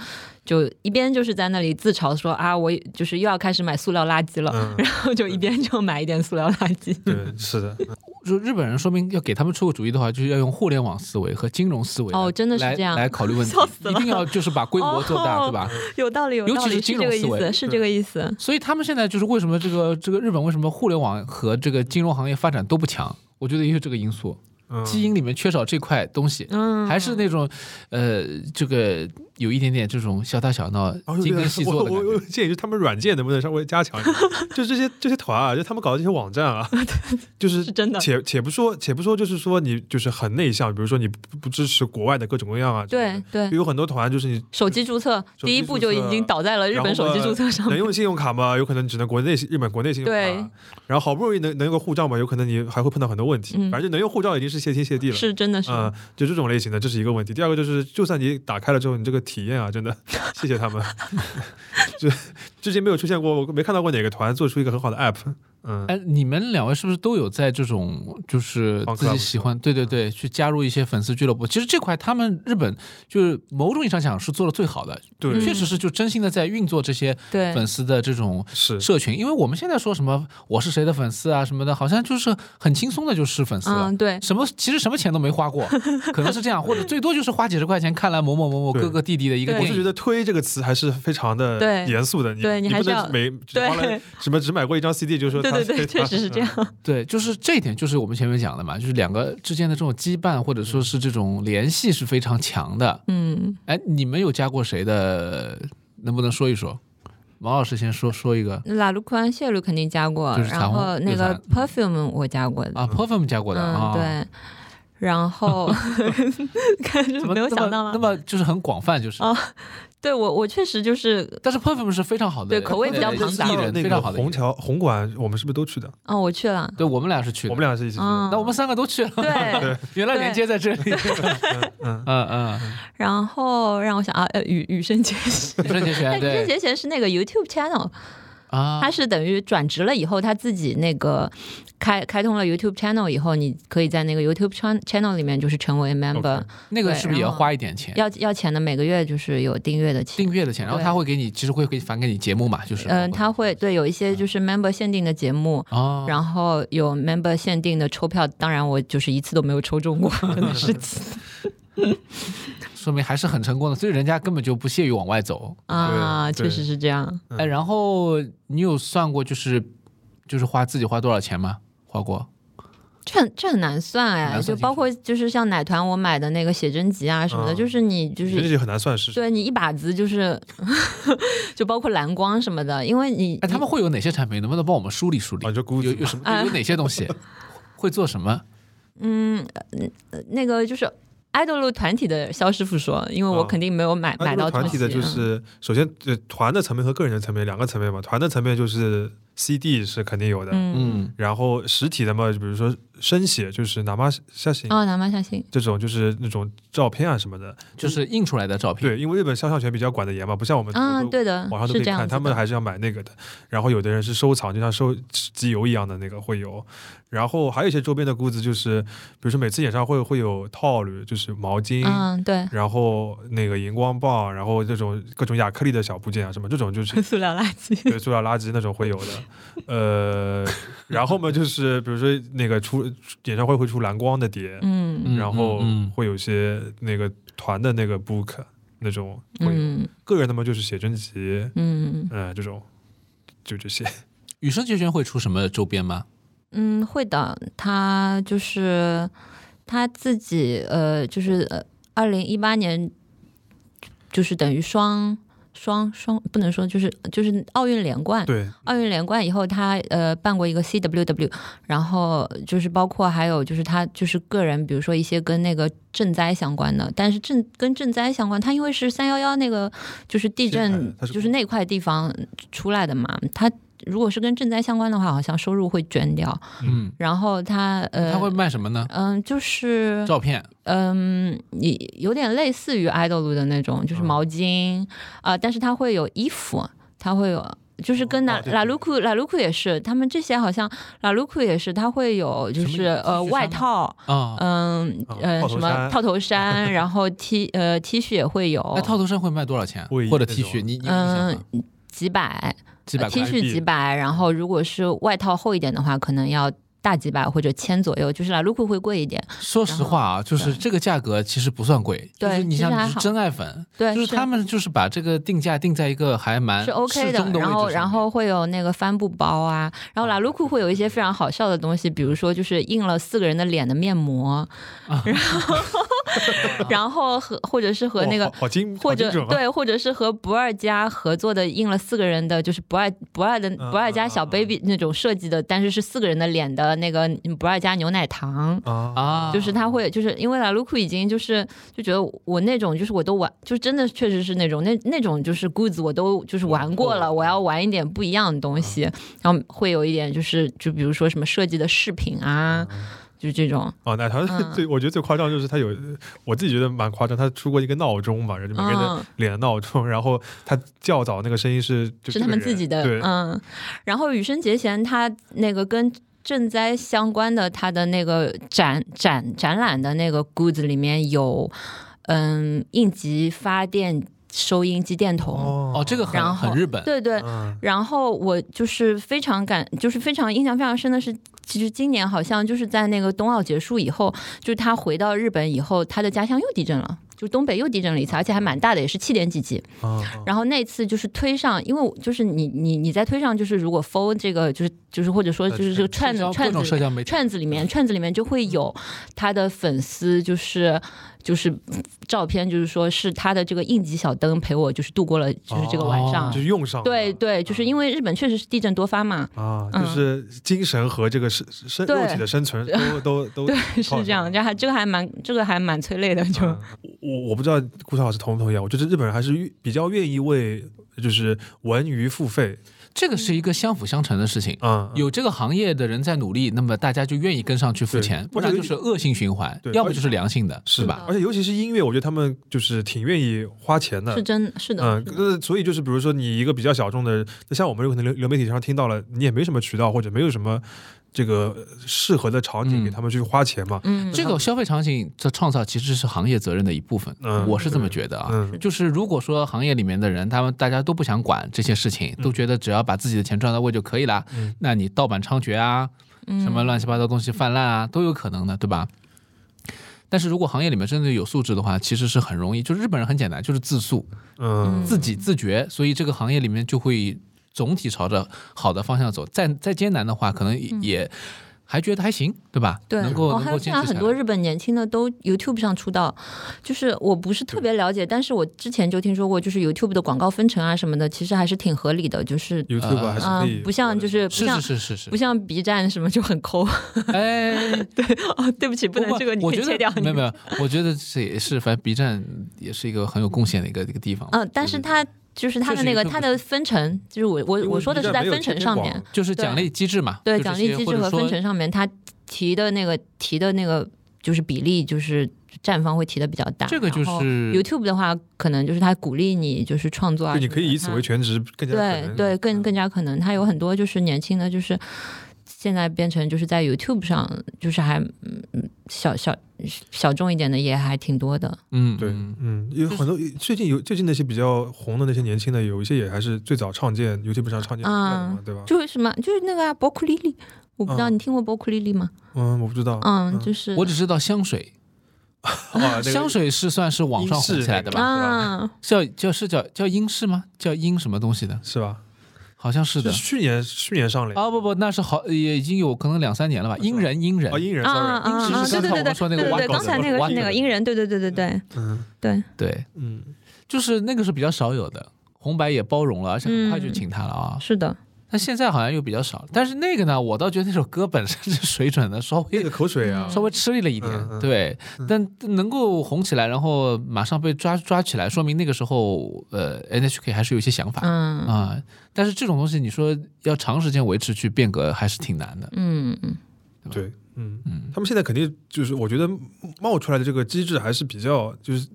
就一边就是在那里自嘲说啊，我就是又要开始买塑料垃圾了，嗯，然后就一边就买一点塑料垃圾。对，是的，就日本人说明要给他们出个主意的话，就是要用互联网思维和金融思维哦真的是来这样来考虑问题， 笑死一了定要就是把规模做大，哦对吧？有道理，有尤道其是理，金这融个思意维思，是这个意思。所以他们现在就是为什么这个这个日本为什么互联网和这个金融行业发展都不强？我觉得也有这个因素， 嗯，基因里面缺少这块东西，嗯，还是那种呃，这个有一点点这种小打小闹、哦精对耕细我作的我感我有觉。建议，就是他们软件能不能稍微加强一点？就这些这些团啊，就他们搞的这些网站啊，就是是真的且且不说，且不说，就是说你就是很内向，比如说你不不支持国外的各种各样啊，对，对，有很多团就是你手机注册手机第一步就已经倒在了日本手机注册上能面。用信用卡吗？有可能只能国内日本国内信用卡，啊对然后好不容易能能有个护照嘛，有可能你还会碰到很多问题，嗯反正能用护照已经是谢天谢地了。是真的是，嗯，就这种类型的，这是一个问题。第二个就是，就算你打开了之后，你这个体验啊，真的，谢谢他们。 就之前没有出现过，我没看到过哪个团做出一个很好的 app。嗯，哎，你们两位是不是都有在这种就是放自 club 嗯己喜欢，对对对，去加入一些粉丝俱乐部？其实这块他们日本就是某种意义上讲是做的最好的，对，确实是就真心的在运作这些对，粉丝的这种是社群。因为我们现在说什么我是谁的粉丝啊什么的，好像就是很轻松的就是粉丝了嗯，。对，什么其实什么钱都没花过，可能是这样，或者最多就是花几十块钱看了某某某某对哥哥弟弟的一个对电我影。是觉得“推”这个词还是非常的对严肃的，你对你你还不是能要每只花了对什么只买过一张 CD 就说对他对对，确实是这。他样。对，就是这一点，就是我们前面讲的嘛，就是两个之间的这种羁绊或者说是这种联系是非常强的。嗯，哎，你们有加过谁的？能不能说一说？王老师先说说一个拉鲁宽、谢鲁肯定加过，就是彩然虹嗯后那个 perfume 我加过的，啊 p e r f u m 加过的啊嗯，，对，然 后看是怎么没有那么想到吗那？么就是很广泛，就是。哦对我我确实就是但是 p e r f u m 是非常好的，对口味比较呃庞杂艺那人个非常好的艺虹人。桥红馆，我们是不是都去的？哦，我 去了，对我们俩是去的，我们俩是一起去的。嗯，那我们三个都去了。 对，原来对连接在这里。嗯嗯 然后让我想啊，呃，羽羽生结弦，嗯，郑杰权但羽 生对结弦是那个 YouTube channel，啊，他是等于转职了以后，他自己那个开开通了 YouTube channel 以后，你可以在那个 YouTube chan- channel 里面就是成为 member，、 OK 那个对是不是也要然后花一点钱？要要钱的，每个月就是有订阅的钱订。阅的钱，然后对他会给你，其实会给返给你节目嘛，就是嗯，他会对有一些嗯就是 member 限定的节目，哦，然后有 member 限定的抽票，当然我就是一次都没有抽中过，真的是气死。说明还是很成功的，所以人家根本就不屑于往外走。啊，对确实是这样。嗯哎，然后你有算过就是就是花自己花多少钱吗？花过？这很这很难算很哎，难算就清包楚括就是像奶团我买的那个写真集啊什么的，嗯就是你就这是就很难算是对你一把子就是 就包括蓝光什么的，因为你哎，他们会有哪些产品？能不能帮我们梳理梳理啊，？就估有计有什么？有哪些东 西？会做什么？那个就是爱豆路团体的肖师傅说，因为我啊肯定没有买、那买这个到团东体西嗯的就是，首先呃，团的层面和个人的层面两个层面嘛。团的层面就是 CD 是肯定有的，嗯嗯，然后实体的嘛，就比如说声写，就是哪怕下行啊，南蛮相信这种，就是那种照片啊什么的。就是印出来的照片。对，因为日本肖像权比较管得严嘛，不像我们啊，对的网上，都可是以这样看，子的。他们还是要买那个的。然后有的人是收藏，就像收集邮一样的那个会有。然后还有一些周边的估值，就是比如说每次演唱会会有套履，就是毛巾。嗯，对， 然后那个荧光棒，然后这种各种亚克力的小部件啊，什么这种就是 塑料垃圾。对，塑料垃圾那种会有的。呃，然后嘛，就是比如说那个出演唱会会出蓝光的碟，嗯嗯然后嗯会有一些那个团的那个 book 那种会有。嗯个人的嘛，就是写真集，嗯嗯、这种就这些。羽生结弦会出什么周边吗？嗯，会的。他就是他自己，呃，就是呃，二零一八年，就是等于双双双，不能说就是就是奥运连冠，对，奥运连冠以后他，呃办过一个 CWW，然后就是包括还有就是他就是个人，比如说一些跟那个赈灾相关的，但是赈跟赈灾相关，他因为是三幺幺那个就是地现在震它是就是那块地方出来的嘛，他如果是跟赈灾相关的话，好像收入会卷掉。嗯，然后他呃，他会卖什么呢？嗯，就是照片。嗯，你有点类似于爱豆路的那种，嗯就是毛巾啊、但是它会有衣服，它会有。就是跟哦拉哦对对拉鲁库拉鲁库也是，他们这些好像拉鲁库也是，它会有就什么是意思呃是外什么套，啊、嗯哦呃套头什么衫套 头衫，然后 T 呃 T 恤也会有，那套头衫会卖多少钱？会或者那 T 恤，种你你有印象嗯吗？几百几百 T 块恤币几百，然后如果是外套厚一点的话，可能要大几百或者千左右，就是拉鲁库会贵一点，说实话啊，就是这个价格其实不算贵，对就是你其实还像好是真爱粉，对，就是他们就是把这个定价定在一个还蛮是 OK 适中的位置然上后面然后会有那个帆布包啊，哦然后拉鲁库会有一些非常好笑的东西，比如说就是印了四个人的脸的面啊膜， 然后然后和或者 是和哇那个哦好。好精或好精者准啊，对，或者是和不二家合作的，印了四个人的，就是不二不二的嗯不二家小嗯嗯 baby 那种设计的，但是是四个人的脸的那个不二家牛奶糖，啊，啊，就是他会，就是因为拉鲁库已经就是就觉得我那种就是我都玩，就真的确实是那种那那种就是goods 我都就是玩过了，我嗯要玩一点不一样的东西，然后会有一点就是就比如说什么设计的饰品啊，嗯就是这种哦，奶糖嗯 最我觉得最夸张就是他有，我自己觉得蛮夸张，他出过一个闹钟嘛，然后就每个人的嗯脸的闹钟，然后他较早那个声音是就是这他个们人自己的对，嗯，然后羽生结弦他那个跟。赈灾相关的，他的那个展展展览的那个 goods 里面有，嗯，应急发电收音机电筒，哦，这个很然后很日本，对对，嗯然后我就是非常感，就是非常印象非常深的是，其实今年好像就是在那个冬奥结束以后，就是他回到日本以后，他的家乡又地震了。就东北又地震了一次，而且还蛮大的，也是七点几哦级。嗯然后那次就是推上，因为我就是你你你在推上，就是如果 fold 这个就是就是或者说就是这社个串子交各串种子社交媒体，串子里面，串子里面就会有他的粉丝，就是就是照片，就是说是他的这个应急小灯陪我，就是度过了就是这个晚上。哦就是用上了对对，就是嗯因为日本确实是地震多发嘛，啊，嗯就是精神和这个生生对肉体的生存都都 都对，上是这样，这还这个还蛮这个还蛮催泪的，就、嗯我我不知道顾超老师同不同意啊，我觉得日本人还是愿比较愿意为就是文娱付费，这个是一个相辅相成的事情。嗯，有这个行业的人在努力，那么大家就愿意跟上去付对钱，不而且然有就是恶性循环对，要不而且就是良性的，是吧？而且尤其是音乐，我觉得他们就是挺愿意花钱的，是真是的，嗯是，的呃，所以就是比如说你一个比较小众的，那像我们有可能流流媒体上听到了，你也没什么渠道或者没有什么这个呃适合的场景嗯给他们去花钱嘛，嗯，这个消费场景的创造其实是行业责任的一部分，嗯我是这么觉得啊。嗯就是如果说行业里面的人，他们大家都不想管这些事情，都觉得只要把自己的钱赚到位就可以啦，嗯那你嗯盗版猖獗啊，什么乱七八糟东西泛滥啊，都有可能的，对吧？但是如果行业里面真的有素质的话，其实是很容易。就日本人很简单，就是自诉、嗯，自己自觉，所以这个行业里面就会总体朝着好的方向走。再再艰难的话，可能也还觉得还行，对吧？嗯对，能够我能还够有坚看持到下来很多日本年轻的都 YouTube 上出道，就是我不是特别了解，但是我之前就听说过，就是 YouTube 的广告分成啊什么的，其实还是挺合理的，就是，YouTube 呃还是啊、可以，不像就是不是像是是是不是，像 B 站什么就很抠。 哎，哦，对不起，不能这个你我可以觉切得掉。没有没有，我觉得这也是，反正 B 站也是一个很有贡献的一个一个地方。嗯，但是对对它就是它的那个它的分成，就是我我我说的是在分成上面，对就是奖励机制嘛，对就这奖些励机或制者和分说成上面，它提的那个提的那个就是比例，就是站方会提的比较大。这个就然后是 YouTube 的话，可能就是它鼓励你就是创作啊就什么的，你可以以此为它全职，更加可对能嗯对更更加可能，它有很多就是年轻的就是。现在变成就是在 YouTube 上，就是还嗯嗯小小小众一点的也还挺多哦的，嗯对嗯，嗯，有很多最近有最近那些比较红的那些年轻的，有一些也还是最早创建 YouTube 上创建出来的嘛，对吧？嗯就是什么就是那个啊，伯库利利，我不知道嗯你听过伯库利利吗？嗯，我不知道，嗯，就是我只知道香水，啊，香水是算是网上红起来的英式那吧？啊，叫叫是叫叫英式吗？叫英什么东西的？是吧？好像是是的。去年去年上了啊不不，那是好也已经有可能两三年了吧？英人英人啊，，英人啊啊啊！ ，sorry，啊是对对刚才对我们说那个对对对， Wattpad 刚才那个是那的个英人，对对对对对嗯对，对，嗯，就是那个是比较少有的。红白也包容了，而且很快就请他了啊。是的，但现在好像又比较少。但是那个呢，我倒觉得那首歌本身是水准的稍那微个口水啊，稍微吃力了一点，嗯嗯对，但能够红起来，然后马上被抓抓起来，说明那个时候呃 NHK 还是有一些想法嗯啊、但是这种东西，你说要长时间维持去变革，还是挺难的。嗯嗯，对，嗯嗯他们现在肯定就是，我觉得冒出来的这个机制还是比较，就是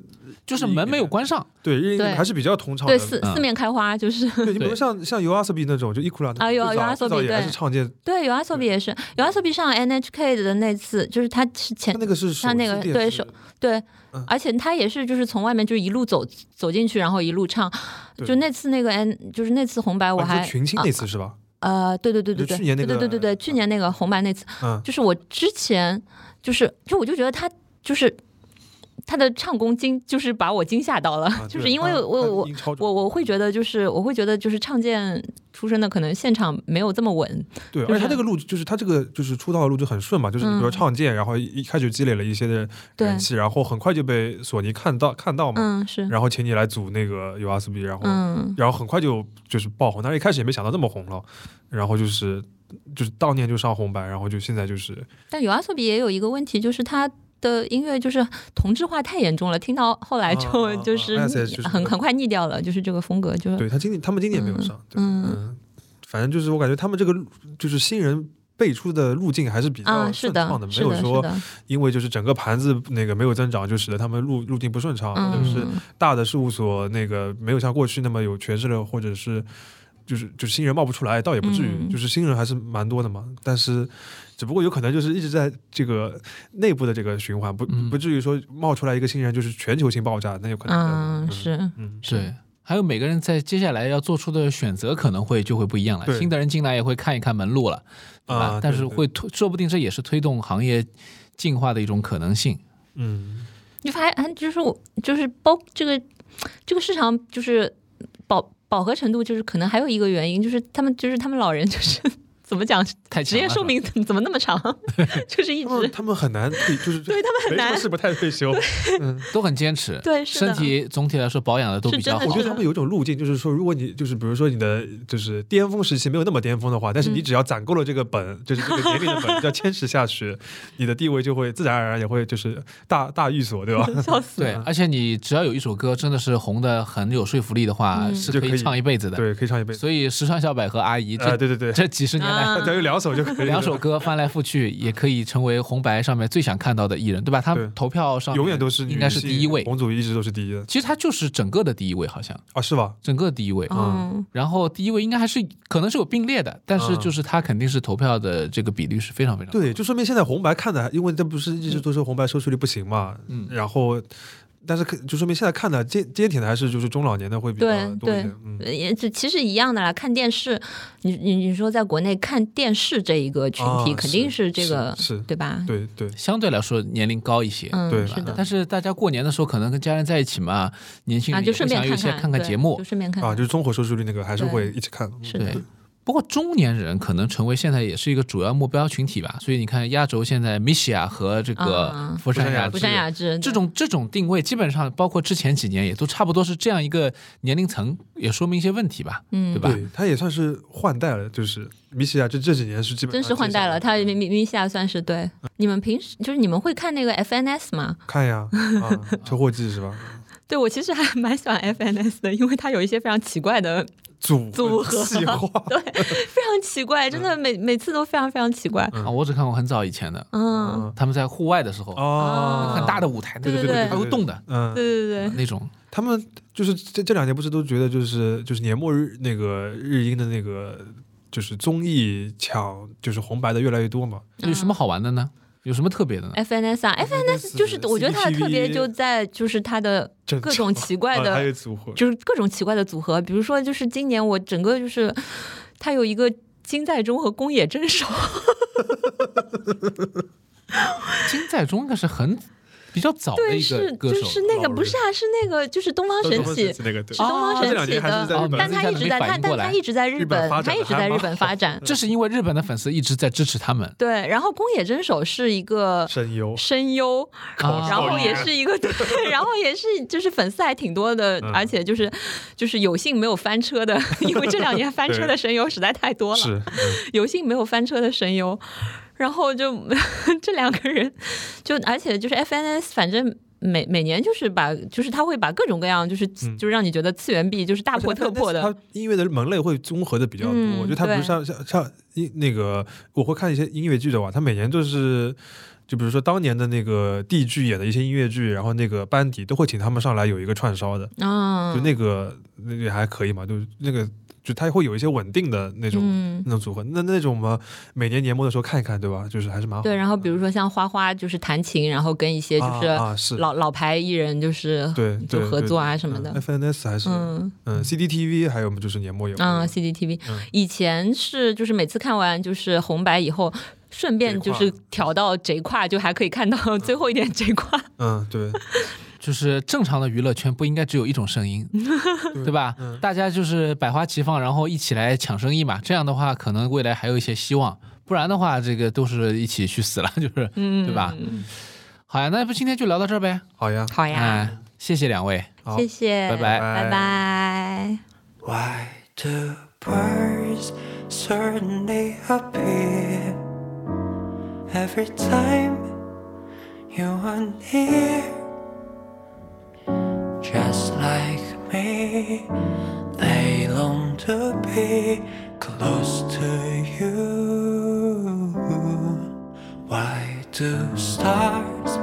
就是门没有关上，对，因为对还是比较通畅的。对四嗯四面开花就是。 对，你比如对像像 U S B 那种，就伊库拉啊有最早 Yoasobi，最早也还是对创建，对，有 s o b 也是，有 s o b 上 NHK 的那次，就是他是他前那个是手他那个机电对视手对嗯，而且他也是就是从外面就是一路走走进去，然后一路唱，对就那次那个 N 就是那次红白我啊你说还群青那次是吧？呃，对对对对就对，去年那对对个对对对，去年那个红白那次，嗯，就是我之前就是就我就觉得他就是他的唱功惊，就是把我惊吓到了，啊 就是对因为他我我他我音超准我我会觉得就是我会觉得就是唱见出身的可能现场没有这么稳，对，就而且他是这个路就是他这个就是出道的路就很顺嘛，就是你比如说嗯创建，然后一一开始积累了一些的对人气，然后很快就被索尼看到看到嘛，嗯是然后请你来组那个 U S B，然后嗯然后很快就就是爆红，但是一开始也没想到这么红了，然后就是就是当年就上红白，然后就现在就是但有阿索比也有一个问题就是他。的音乐就是同质化太严重了，听到后来就、啊啊啊就是那才就是很很快腻掉了，就是这个风格就对他今年他们今年没有上，对嗯嗯，反正就是我感觉他们这个路就是新人辈出的路径还是比啊较是顺的畅的，没是有的是说的，因为就是整个盘子那个没有增长，就使得他们路路径不顺畅，或者啊是嗯大的事务所那个没有像过去那么有权势了，或者是就是就是新人冒不出来，倒也不至于，嗯就是新人还是蛮多的嘛。但是只不过有可能就是一直在这个内部的这个循环，不、嗯不至于说冒出来一个新人就是全球性爆炸，那有可能的。嗯是嗯，对。还有每个人在接下来要做出的选择可能会就会不一样了，对新的人进来也会看一看门路了，对吧？啊但是对对会推，说不定这也是推动行业进化的一种可能性。嗯，你发现，哎就是我，就是包这个这个市场，就是饱饱和程度，就是可能还有一个原因，就是他们就是他们老人就是 怎么讲，太强啊嗯职了业寿命怎么怎么那么 长，就是一他们直哦他们很难退，就是 对他们很没什么难是不太退休。都很坚持，对是身的体总体来说保养的都比较是真我的觉好是。得他们有一种路径，就是说，如果你就是比如说你的就是巅峰时期没有那么巅峰的话，但是嗯你只要攒够了这个本，就是这个年龄的本，要坚持下去，你的地位就会自然而然也会就是大大寓 所，对吧？笑死。对，而且你只要有一首歌真的是红的很有说服力的话，嗯是就可可以以唱一辈子的。对，可以唱一辈子。所以石川小百合阿姨这、啊，对对对，这几十年来、啊只要有两首就可以了，两首歌翻来覆去，也可以成为红白上面最想看到的艺人，对吧？她对投票上永远都是女应该是性第一位。红组一直都是第一的其实她就是整个的第一位，好像啊，是吧？整个第一位。嗯，然后第一位应该还是可能是有并列的，但是嗯就是她肯定是投票的这个比率是非常非常高的。对，就说明现在红白看的，因为这不是一直都说红白收视率不行嘛，嗯然后但是可就说明现在看的街街铁的还是就是中老年的会比较对多一对点，嗯，呃也就其实一样的啦。看电视，你你你说在国内看电视这一个群体，啊肯定是这个是是对吧？对对相对来说年龄高一些。啊嗯，对是的但是大家过年的时候可能跟家人在一起嘛，年轻啊，人就也顺会想有一便看些看看对节目就，顺便看啊，看就是综合收视率那个还是嗯对会一起看，嗯是的对。不过中年人可能成为现在也是一个主要目标群体吧，所以你看压轴现在米西亚和这啊个福山雅福治，山雅治这种这种定位基本上包括之前几年也都差不多是这样一个年龄层，也说明一些问题吧，嗯对吧？对，他也算是换代了，就是米西亚这这几年是基本真上是换代了，接下他来明明明下算是对。你们平时就是你们会看那个 FNS 吗？看呀， 啊，车祸记是吧？对我其实还 蛮喜欢 FNS 的，因为它有一些非常奇怪的组组合计划对，非常奇怪，真的每每次都非常非常奇怪。嗯啊，我只看过很早以前的， 嗯，他们在户外的时候，哦，很大的舞台，对那对个对还会动的嗯，对对对，那种，他们就是这这两年不是都觉得就是就是年末日那个日英的那个就是综艺抢就是红白的越来越多嘛？有什么好玩的呢？有什么特别的呢？ FNS 啊，FNS 就是我觉得它的特别就在就是它的整各种奇怪啊还有的，组合，就是各种奇怪的组合，比如说就是今年我整个就是它有一个金在中和宫野真守，金在中应该是很比较早的对，一个是歌就手，是那老个人不是啊，是那个就是东方神起。那个对是东方神这两起年还是的，在日本但他一直在哦他，但他一直在日日本本，发他展一得直在还日蛮本 发展。这是因为日本的粉丝一直在支持他 们。对，然后宫野真守是一个声优声优，哦啊然后也是一个对，然后也是就是粉丝还挺多的，嗯而且就是就是有幸没有翻车的， 因为这两年翻车的声优实在太多了，是 嗯有幸没有翻车的声优，然后就 这两个人就而且就是 FNS 反正。每每年就是把，就是他会把各种各样，就是、嗯就是让你觉得次元壁就是大破特破的，它音乐的门类会综合的比较多，嗯我觉得它不是像像像音那个，我会看一些音乐剧的话，它每年都是。就比如说当年的那个地剧演的一些音乐剧，然后那个班底都会请他们上来有一个串烧的，嗯，就那个那个还可以嘛，就是那个就它会有一些稳定的那种、嗯那种组合，那那种嘛，每年年末的时候看一看，对吧？就是还是蛮好。对，然后比如说像花花就是弹琴，然后跟一些就啊啊是老、老牌艺人就是对就对合对作啊什么的， FNS 还是嗯嗯 CDTV，还有我们就是年末有啊 CCTV 嗯以前是就是每次看完就是红白以后。顺便就是贼跨调到贼跨，就还可以看到最后一点贼跨。嗯对，就是正常的娱乐圈不应该只有一种声 音，对吧？大家就是百花齐放，然后一起来抢生意嘛。这样的话，可能未来还有一些希望。不然的话，这个都是一起去死了，就是，嗯对吧？好呀，那不今天就聊到这儿呗。好呀，好呀，哎，谢谢两位。好谢谢，拜拜拜拜。 Why do birds suddenly appear every time you are near? Just like me, they long to be close to you. Why do stars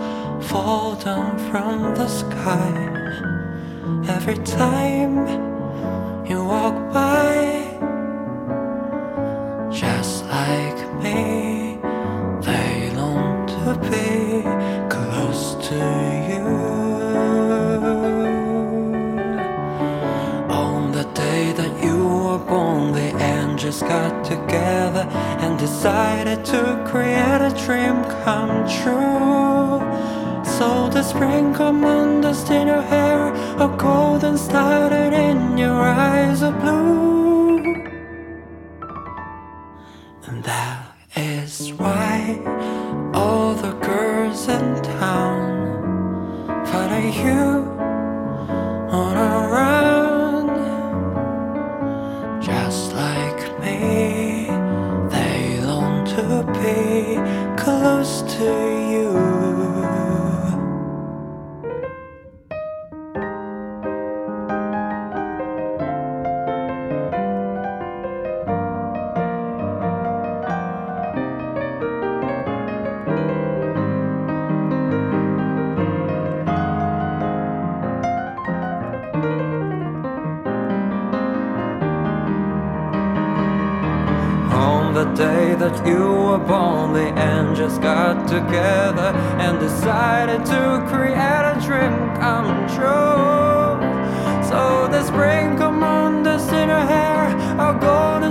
fall down from the sky every time? you walk by just like me they long to be close to you on the day that you were born the angels got together and decided to create a dream come true so the spring commanders in your hair, a golden started in your eyes of blue. And that is why all the girls in town follow you on a run. Just like me, they long to be close to you. On the day that you were born, the angels got together and decided to create a dream come true. So they sprinkle moon dust in her hair, are gonna